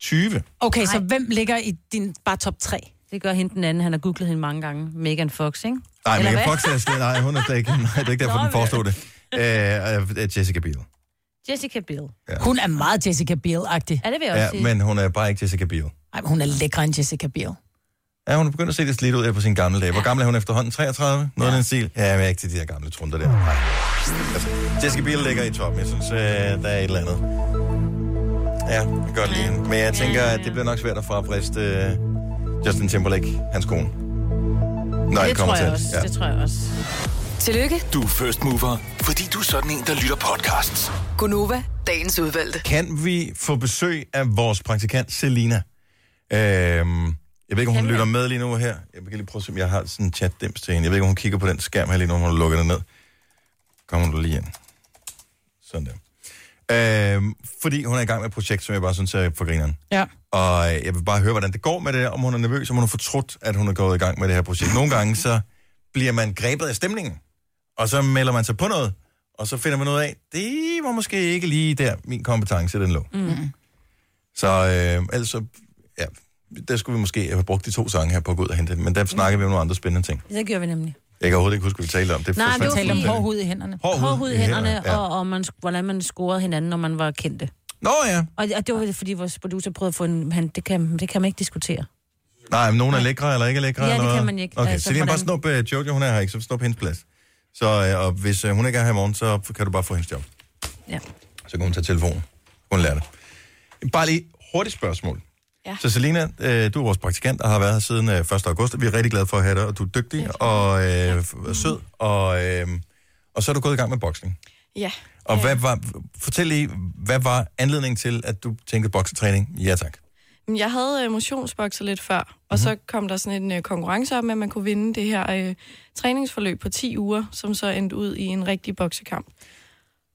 [SPEAKER 1] 20.
[SPEAKER 3] okay, så hvem ligger i din bare top 3?
[SPEAKER 4] Det gør hende den anden. Han har googlet hende mange gange. Megan Fox, ikke?
[SPEAKER 1] Nej,
[SPEAKER 4] Eller
[SPEAKER 1] Megan
[SPEAKER 4] hvad?
[SPEAKER 1] Fox er slet, nej, hun er slet ikke, nej, det er ikke derfor,
[SPEAKER 4] Nå,
[SPEAKER 1] den
[SPEAKER 4] men-
[SPEAKER 1] foreslog det. Øh, Øh, Jessica Biel.
[SPEAKER 4] Jessica Biel.
[SPEAKER 3] Hun er meget Jessica Biel-agtig.
[SPEAKER 4] Ja, det vil jeg også
[SPEAKER 1] Ja,
[SPEAKER 4] sige.
[SPEAKER 1] men hun er bare ikke Jessica Biel.
[SPEAKER 3] Ej, men hun er lækre end Jessica Biel.
[SPEAKER 1] Ja, hun er begyndt at se det slidt ud her på sine gamle dage. Hvor gammel er hun efterhånden? 33? Noget af den stil? Ja, jeg er ikke til de der gamle trunder der. Nej. Altså, Jessica Biel ligger i toppen. Jeg synes, øh, der er et eller andet. Ja, jeg kan godt lide hende. Men jeg tænker, at det bliver nok svært at frafriste øh, Justin Timberlake, hans kone. Når
[SPEAKER 4] det
[SPEAKER 1] det kommer
[SPEAKER 4] tror jeg
[SPEAKER 1] til
[SPEAKER 4] også.
[SPEAKER 1] Ja.
[SPEAKER 4] Det tror jeg også.
[SPEAKER 5] Tillykke,
[SPEAKER 6] Du er first mover, fordi du er sådan en, der lytter podcasts.
[SPEAKER 5] Gunova, dagens udvalgte.
[SPEAKER 1] Kan vi få besøg af vores praktikant, Selina? Øhm, jeg ved ikke, om hun lytter med lige nu her. Jeg kan lige prøve at se, om jeg har sådan en chatdims til hende. Jeg ved ikke, om hun kigger på den skærm her lige nu, om hun har lukket den ned. Kommer du lige ind. Sådan der. Øhm, fordi hun er i gang med et projekt, som jeg bare synes er for grineren.
[SPEAKER 3] Ja.
[SPEAKER 1] Og jeg vil bare høre, hvordan det går med det, om hun er nervøs, om hun har fortrudt, at hun er gået i gang med det her projekt. Nogle gange så bliver man grebet af stemningen, og så melder man sig på noget, og så finder man ud af, det var måske ikke lige der, min kompetence den lå. Mm. Så øh, ellers så, ja, der skulle vi måske have brugt de to sange her på at gå ud og hente, men der snakkede vi om nogle andre spændende ting.
[SPEAKER 4] Det gør vi nemlig.
[SPEAKER 1] Jeg kan overhovedet ikke huske, hvad vi talte om. Det
[SPEAKER 4] Nej, men det var
[SPEAKER 3] Tal om
[SPEAKER 1] Mm.
[SPEAKER 4] fordi-
[SPEAKER 3] hård hud i hænderne.
[SPEAKER 1] Hård hud
[SPEAKER 4] Hård hud i hænderne, ja.
[SPEAKER 1] ja.
[SPEAKER 4] og, og man, sk- hvordan man scorede hinanden, når man var kendte.
[SPEAKER 1] Nå ja,
[SPEAKER 4] Og, og det var fordi, vores producer prøvede at få en... Han, det, kan, det kan man ikke diskutere.
[SPEAKER 1] Nej, men nogen er lækre eller ikke er lækre?
[SPEAKER 4] Ja,
[SPEAKER 1] eller
[SPEAKER 4] det kan
[SPEAKER 1] hvad?
[SPEAKER 4] man ikke.
[SPEAKER 1] Okay, altså,
[SPEAKER 4] Altså,
[SPEAKER 1] så det er bare
[SPEAKER 4] hvordan-
[SPEAKER 1] snup uh, Jojo, hun er her ikke, så snup hendes plads. Så, uh, og hvis uh, hun ikke er her i morgen, så kan du bare få hendes job.
[SPEAKER 4] Ja.
[SPEAKER 1] Så kan hun tage telefonen. Hun lærer det. Bare lige hurtigt spørgsmål. Ja. Så Selina, øh, du er vores praktikant og har været her siden øh, 1. august. Vi er rigtig glade for at have dig, og du er dygtig og øh, f- sød. Og, øh, og så er du gået i gang med boksning.
[SPEAKER 9] Ja.
[SPEAKER 1] Og hvad var, fortæl lige, hvad var anledningen til, at du tænkte boksetræning? Ja tak.
[SPEAKER 9] Men Jeg havde øh, motionsbokser lidt før, og
[SPEAKER 1] Mhm.
[SPEAKER 9] så kom der sådan en øh, konkurrence op med, at man kunne vinde det her øh, træningsforløb på 10 uger, som så endte ud i en rigtig boksekamp.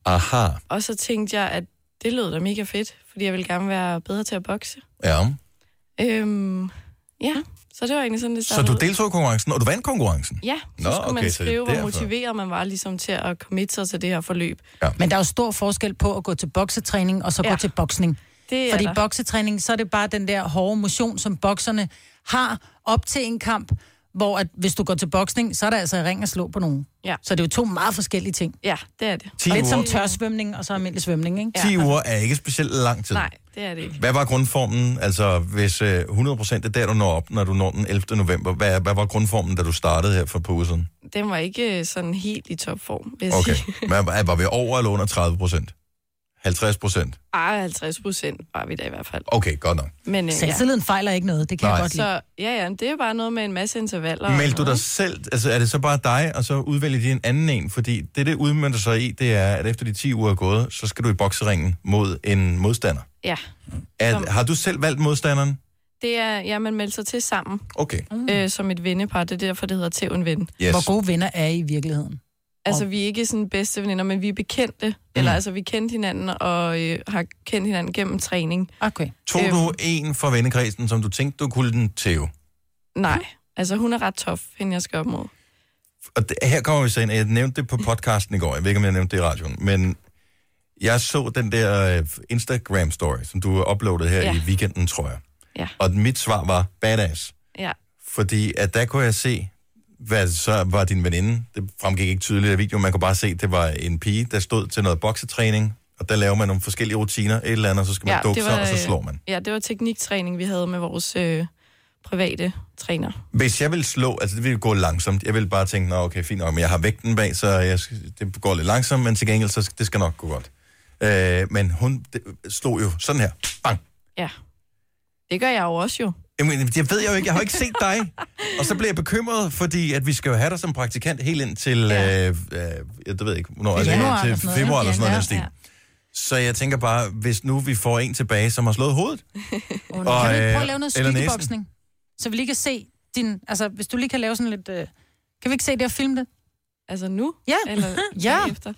[SPEAKER 1] Aha.
[SPEAKER 9] Og så tænkte jeg, at det lød da mega fedt, fordi jeg ville gerne være bedre til at bokse.
[SPEAKER 1] Ja.
[SPEAKER 9] Øhm, ja, så det var egentlig sådan, det
[SPEAKER 1] Så
[SPEAKER 9] startede.
[SPEAKER 1] du
[SPEAKER 9] ud.
[SPEAKER 1] deltog i konkurrencen, og du vandt konkurrencen?
[SPEAKER 9] Ja, så
[SPEAKER 1] Nå,
[SPEAKER 9] Nå, skulle
[SPEAKER 1] okay,
[SPEAKER 9] man
[SPEAKER 1] så det er
[SPEAKER 9] skrive, hvor
[SPEAKER 1] derfor.
[SPEAKER 9] motiveret man var ligesom til at committe sig til det her forløb.
[SPEAKER 3] Men der er jo stor forskel på at gå til boksetræning og så ja. gå
[SPEAKER 9] Ja.
[SPEAKER 3] til boksning.
[SPEAKER 9] Det er
[SPEAKER 3] Fordi
[SPEAKER 9] der.
[SPEAKER 3] boksetræning, så er det bare den der hårde motion, som bokserne har op til en kamp, hvor at, hvis du går til boksning, så er der altså i ring at slå på nogen.
[SPEAKER 9] Ja.
[SPEAKER 3] Så det er jo to meget forskellige ting.
[SPEAKER 9] Ja, det er det.
[SPEAKER 1] 10
[SPEAKER 3] Og lidt
[SPEAKER 1] uger.
[SPEAKER 3] som tørsvømning og så almindelig svømning, ikke?
[SPEAKER 1] 10 uger er ikke specielt lang tid.
[SPEAKER 9] Nej, det er det ikke.
[SPEAKER 1] Hvad var grundformen, altså hvis øh, 100% er der, du når op, når du når den 11. november, hvad, hvad var grundformen, da du startede her for på uger siden?
[SPEAKER 9] Den var ikke øh, sådan helt i topform, vil jeg
[SPEAKER 1] Okay.
[SPEAKER 9] sige.
[SPEAKER 1] Hvad, var- var vi over eller under 30%? 50%?
[SPEAKER 9] Ej, 50 procent var vi da i hvert fald.
[SPEAKER 1] Okay, godt nok.
[SPEAKER 9] Men, øh, ja.
[SPEAKER 3] Selvtilliden fejler ikke noget, det kan Nej.
[SPEAKER 1] Nej.
[SPEAKER 3] jeg godt lide.
[SPEAKER 9] Så ja, ja, men det er jo bare noget med en masse intervaller. og
[SPEAKER 1] Meldte du
[SPEAKER 9] noget,
[SPEAKER 1] dig selv, altså er det så bare dig, og så udvælger de en anden en? Fordi det, det udmyndter sig i, det er, at efter de 10 uger er gået, så skal du i bokseringen mod en modstander.
[SPEAKER 9] ikke? Ja, Som-
[SPEAKER 1] Er, har du selv valgt modstanderen?
[SPEAKER 9] det er, ja, man melder sig til sammen
[SPEAKER 1] Okay,
[SPEAKER 9] øh, som et vennepar. Det er derfor, det hedder til en ven.
[SPEAKER 1] yes.
[SPEAKER 3] Hvor gode venner er I i virkeligheden?
[SPEAKER 9] Altså, vi er ikke sådan bedste veninder, men vi er bekendte.
[SPEAKER 1] Mm.
[SPEAKER 9] Eller altså, vi kendte hinanden og øh, har kendt hinanden gennem træning.
[SPEAKER 3] Okay.
[SPEAKER 1] Tog
[SPEAKER 9] Øhm.
[SPEAKER 1] du en fra vennekredsen, som du tænkte, du kunne den tæve?
[SPEAKER 9] Nej, altså hun er ret tof, hende jeg skal op mod.
[SPEAKER 1] Og det, her kommer vi så ind, og jeg nævnte det på podcasten i går, jeg ved ikke, om jeg nævnte det i radioen, men jeg så den der øh, Instagram-story, som du uploadede her ja.
[SPEAKER 9] Ja.
[SPEAKER 1] i weekenden, tror jeg.
[SPEAKER 9] Ja.
[SPEAKER 1] Og mit svar var badass,
[SPEAKER 9] Ja,
[SPEAKER 1] fordi at der kunne jeg se, hvad så var din veninde, det fremgik ikke tydeligt af videoen, man kunne bare se, det var en pige, der stod til noget boksetræning, og der laver man nogle forskellige rutiner, et eller andet, og så skal man
[SPEAKER 9] Ja,
[SPEAKER 1] ja, dukke
[SPEAKER 9] det
[SPEAKER 1] sig,
[SPEAKER 9] var,
[SPEAKER 1] og så
[SPEAKER 9] øh,
[SPEAKER 1] slår man.
[SPEAKER 9] ja det var tekniktræning, vi havde med vores øh, private træner.
[SPEAKER 1] Hvis jeg vil slå, altså det ville gå langsomt. Jeg vil bare tænke, nå okay, fint nok, men jeg har vægten bag, så jeg, skal- det går lidt langsomt, men til gengæld, så skal- det skal nok gå godt. Øh, men hun det, slog jo sådan her. Bang.
[SPEAKER 9] Ja, det gør jeg jo også jo.
[SPEAKER 1] Jamen, jeg ved jeg jo ikke, jeg har jo ikke set dig. Og så bliver jeg bekymret, fordi at vi skal jo have dig som praktikant helt ind til, ja.
[SPEAKER 9] Ja.
[SPEAKER 1] øh, øh, jeg ved ikke, hvornår, altså,
[SPEAKER 3] Januar
[SPEAKER 1] helt
[SPEAKER 3] eller
[SPEAKER 1] til
[SPEAKER 3] sådan noget,
[SPEAKER 1] februar
[SPEAKER 3] ja.
[SPEAKER 1] eller sådan noget,
[SPEAKER 3] Ja,
[SPEAKER 1] ja, stil.
[SPEAKER 9] ja.
[SPEAKER 1] Så jeg tænker bare, hvis nu vi får en tilbage, som har slået hovedet.
[SPEAKER 3] Og,
[SPEAKER 1] Og,
[SPEAKER 3] kan du ikke
[SPEAKER 1] øh,
[SPEAKER 3] prøve at lave noget
[SPEAKER 1] eller næsen.
[SPEAKER 3] skyggeboksning? Så vi lige kan se din... Altså, hvis du lige kan lave sådan lidt... Øh, kan vi ikke se det og filme det?
[SPEAKER 9] Altså nu?
[SPEAKER 3] Ja. <laughs>
[SPEAKER 9] Eller
[SPEAKER 3] Ja.
[SPEAKER 9] efter?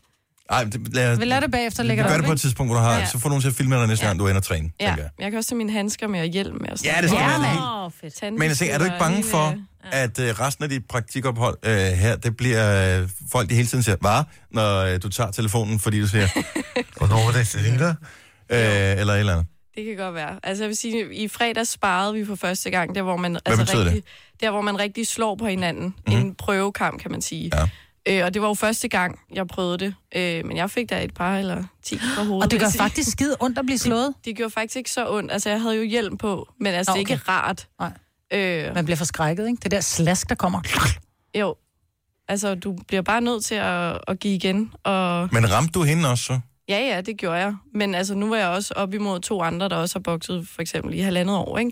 [SPEAKER 1] Ej, det, lad,
[SPEAKER 3] Vi lader det bagefter,
[SPEAKER 1] vi
[SPEAKER 3] lægger
[SPEAKER 1] gør
[SPEAKER 3] det
[SPEAKER 1] det
[SPEAKER 3] op,
[SPEAKER 1] på et tidspunkt, hvor du har, ja.
[SPEAKER 9] Ja.
[SPEAKER 1] så får nogen til at filme dig næste
[SPEAKER 9] Ja.
[SPEAKER 1] gang, du er inde og træne,
[SPEAKER 9] Ja,
[SPEAKER 1] tænker jeg.
[SPEAKER 9] jeg kan også tage mine handsker med og hjelm med. Og sådan
[SPEAKER 1] Ja, det skal
[SPEAKER 9] noget.
[SPEAKER 1] man have. helt-
[SPEAKER 4] Åh, oh, fedt.
[SPEAKER 9] Mm.
[SPEAKER 1] Men jeg tænker, er du ikke bange for, at øh, resten af dit praktikophold øh, her, det bliver øh, folk, de hele tiden siger, var, når øh, du tager telefonen, fordi du siger, hvornår var det, Selina? Øh, eller et eller andet.
[SPEAKER 9] Det kan godt være. Altså jeg vil sige, i fredags sparede vi for første gang, der hvor man, altså
[SPEAKER 1] betyder det? Mhm.
[SPEAKER 9] rigtig, der, hvor man rigtig slår på hinanden. Mm-hmm. En prøvekamp, kan man sige.
[SPEAKER 1] Ja.
[SPEAKER 9] Øh, og det var jo første gang, jeg prøvede det. Øh, men jeg fik da et par eller ti på hovedet.
[SPEAKER 3] Og det
[SPEAKER 9] vil
[SPEAKER 3] gør
[SPEAKER 9] jeg sige.
[SPEAKER 3] faktisk skide ondt at blive slået.
[SPEAKER 9] Det gjorde faktisk ikke så ondt. Altså jeg havde jo hjelm på, men altså
[SPEAKER 3] Nå,
[SPEAKER 9] okay. det er
[SPEAKER 3] okay.
[SPEAKER 9] ikke rart.
[SPEAKER 3] Nej.
[SPEAKER 9] Øh,
[SPEAKER 3] Man bliver forskrækket, ikke? Det der slask, der kommer.
[SPEAKER 9] jo, altså du bliver bare nødt til at, at give igen. Og
[SPEAKER 1] Men ramte du hende også så?
[SPEAKER 9] ja, ja, det gjorde jeg. Men altså nu var jeg også op imod to andre, der også har bokset for eksempel i halvandet år, ikke?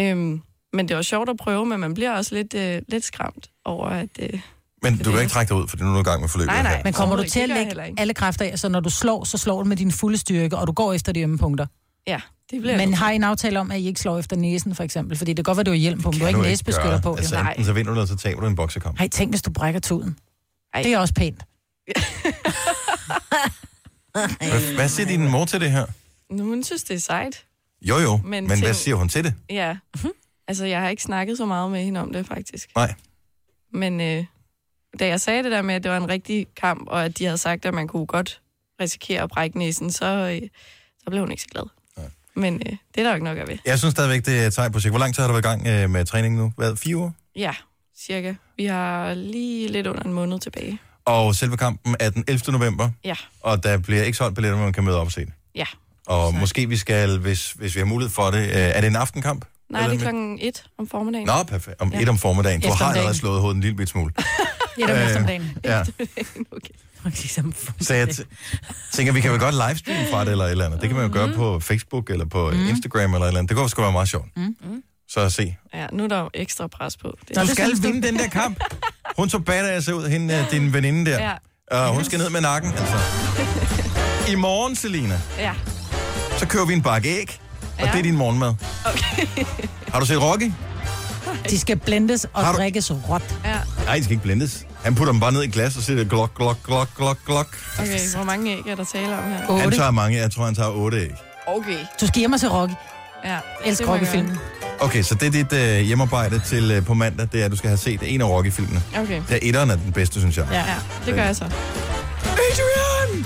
[SPEAKER 9] Øhm, men det er også sjovt at prøve, men man bliver også lidt, øh, lidt skræmt over, at... Øh,
[SPEAKER 1] Men du kan ikke trække dig ud, for det er nu i gang med forløbet. her.
[SPEAKER 3] Men kommer du
[SPEAKER 9] Overhovedet
[SPEAKER 3] til at
[SPEAKER 9] ikke, det gør jeg
[SPEAKER 3] lægge
[SPEAKER 9] heller ikke.
[SPEAKER 3] alle kræfter af, så når du slår, så slår du med din fulde styrke, og du går efter de ømme punkter.
[SPEAKER 9] ja, det bliver
[SPEAKER 3] Men
[SPEAKER 9] jeg
[SPEAKER 3] har I en aftale om, at I ikke slår efter næsen, for eksempel? Fordi det kan godt være, du har hjelm på, men du har
[SPEAKER 1] Kan
[SPEAKER 3] ikke
[SPEAKER 1] du
[SPEAKER 3] næsebeskytter
[SPEAKER 1] gøre.
[SPEAKER 3] på.
[SPEAKER 1] Altså,
[SPEAKER 3] Altså,
[SPEAKER 1] enten så vinder du, eller så taber du en boksekamp.
[SPEAKER 3] Ej, tænk, hvis du brækker tuden.
[SPEAKER 9] Ej.
[SPEAKER 3] Det er også pænt.
[SPEAKER 1] Hvad, hvad siger din mor til det her?
[SPEAKER 9] Nu, hun synes, det er sejt.
[SPEAKER 1] Jo, jo, men,
[SPEAKER 9] Men
[SPEAKER 1] men hvad
[SPEAKER 9] tænk-
[SPEAKER 1] siger hun til det?
[SPEAKER 9] Ja. Altså, jeg har ikke snakket så meget med hende om det, faktisk.
[SPEAKER 1] Nej.
[SPEAKER 9] Men øh, da jeg sagde det der med, at det var en rigtig kamp, og at de havde sagt, at man kunne godt risikere at brække næsen, så, øh, så blev hun ikke så glad.
[SPEAKER 1] Nej.
[SPEAKER 9] Men øh, det er der jo ikke nok at ved.
[SPEAKER 1] Jeg synes stadigvæk, det er et sejt projekt. Hvor lang tid har du været i gang øh, med træningen nu? Hvad, fire uger?
[SPEAKER 9] Ja, cirka. Vi har lige lidt under en måned tilbage.
[SPEAKER 1] Og selve kampen er den 11. november,
[SPEAKER 9] Ja,
[SPEAKER 1] og der bliver ikke solgt billetter, men man kan møde op og se det.
[SPEAKER 9] ja.
[SPEAKER 1] Og måske vi skal, hvis, hvis vi har mulighed for det, øh, er det en aftenkamp?
[SPEAKER 9] Nej,
[SPEAKER 1] Eller
[SPEAKER 9] det er
[SPEAKER 1] en-
[SPEAKER 9] klokken et om formiddagen.
[SPEAKER 1] Nå, perfekt. Om et om formiddagen. Du har
[SPEAKER 3] Eftermiddagen.
[SPEAKER 1] allerede slået hovedet en lille bit smule.
[SPEAKER 3] Det er
[SPEAKER 1] Øh,
[SPEAKER 3] øh, eftermiddagen.
[SPEAKER 1] Ja.
[SPEAKER 9] okay.
[SPEAKER 4] Ligesom
[SPEAKER 1] Så jeg t- tænker, vi kan vel godt livestreame fra det eller et eller andet. Det kan man jo gøre på Facebook eller på Instagram eller et eller andet. Det kunne sgu være meget sjovt. Så at se.
[SPEAKER 9] Ja, nu er der jo ekstra pres på. Det.
[SPEAKER 1] Du skal vinde den der kamp. Hun så badass ud, hende, øh, din veninde der.
[SPEAKER 9] Ja.
[SPEAKER 1] Og hun skal ned med nakken, altså. I morgen, Selina,
[SPEAKER 9] Ja,
[SPEAKER 1] så kører vi en bakke æg, og
[SPEAKER 9] Ja.
[SPEAKER 1] det er din morgenmad. Okay. Har du set Rocky?
[SPEAKER 3] De skal blendes og
[SPEAKER 1] Har du-
[SPEAKER 3] drikkes råt.
[SPEAKER 9] ja.
[SPEAKER 1] Nej, de skal ikke blendes. Han putter dem bare ned i et glas og siger det glok, glok, glok, glok, glok.
[SPEAKER 9] Okay, hvor mange æg er der tale om her?
[SPEAKER 1] Han
[SPEAKER 3] 8.
[SPEAKER 1] tager mange. Jeg tror, han tager otte æg.
[SPEAKER 9] Okay.
[SPEAKER 3] Du skal hjemme til Rocky.
[SPEAKER 9] Ja,
[SPEAKER 3] Elsker
[SPEAKER 9] det må jeg
[SPEAKER 3] Rocky-filmen.
[SPEAKER 1] Okay, så det er dit øh, hjemmearbejde til øh, på mandag, det er, at du skal have set en af Rocky-filmene.
[SPEAKER 9] gøre. Okay,
[SPEAKER 1] Der etteren er den bedste, synes jeg.
[SPEAKER 3] Ja.
[SPEAKER 9] ja, det gør jeg så.
[SPEAKER 1] Adrian!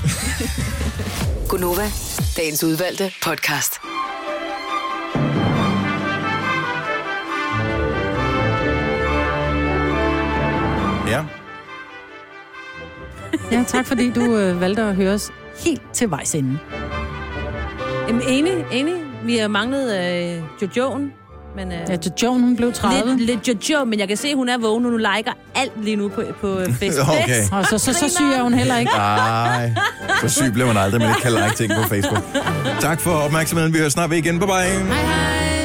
[SPEAKER 5] Gunova, dagens udvalgte podcast.
[SPEAKER 1] Ja,
[SPEAKER 3] Ja, tak fordi du øh, valgte at høre os helt til vejs ende.
[SPEAKER 4] Jamen, enig, enig. Vi har manglet øh, Jojoen, men... Øh,
[SPEAKER 3] Ja, til Joan, hun blev 30.
[SPEAKER 4] lidt, lidt Jojo, men jeg kan se, hun er vågen, og hun liker alt lige nu på, på øh, Facebook.
[SPEAKER 1] okay.
[SPEAKER 3] Og så, så, så syg er hun heller ikke.
[SPEAKER 1] Nej, så syg bliver man aldrig, men ikke kan like ting på Facebook. Tak for opmærksomheden. Vi hører snart ved igen. Bye bye.
[SPEAKER 4] Hej, hej.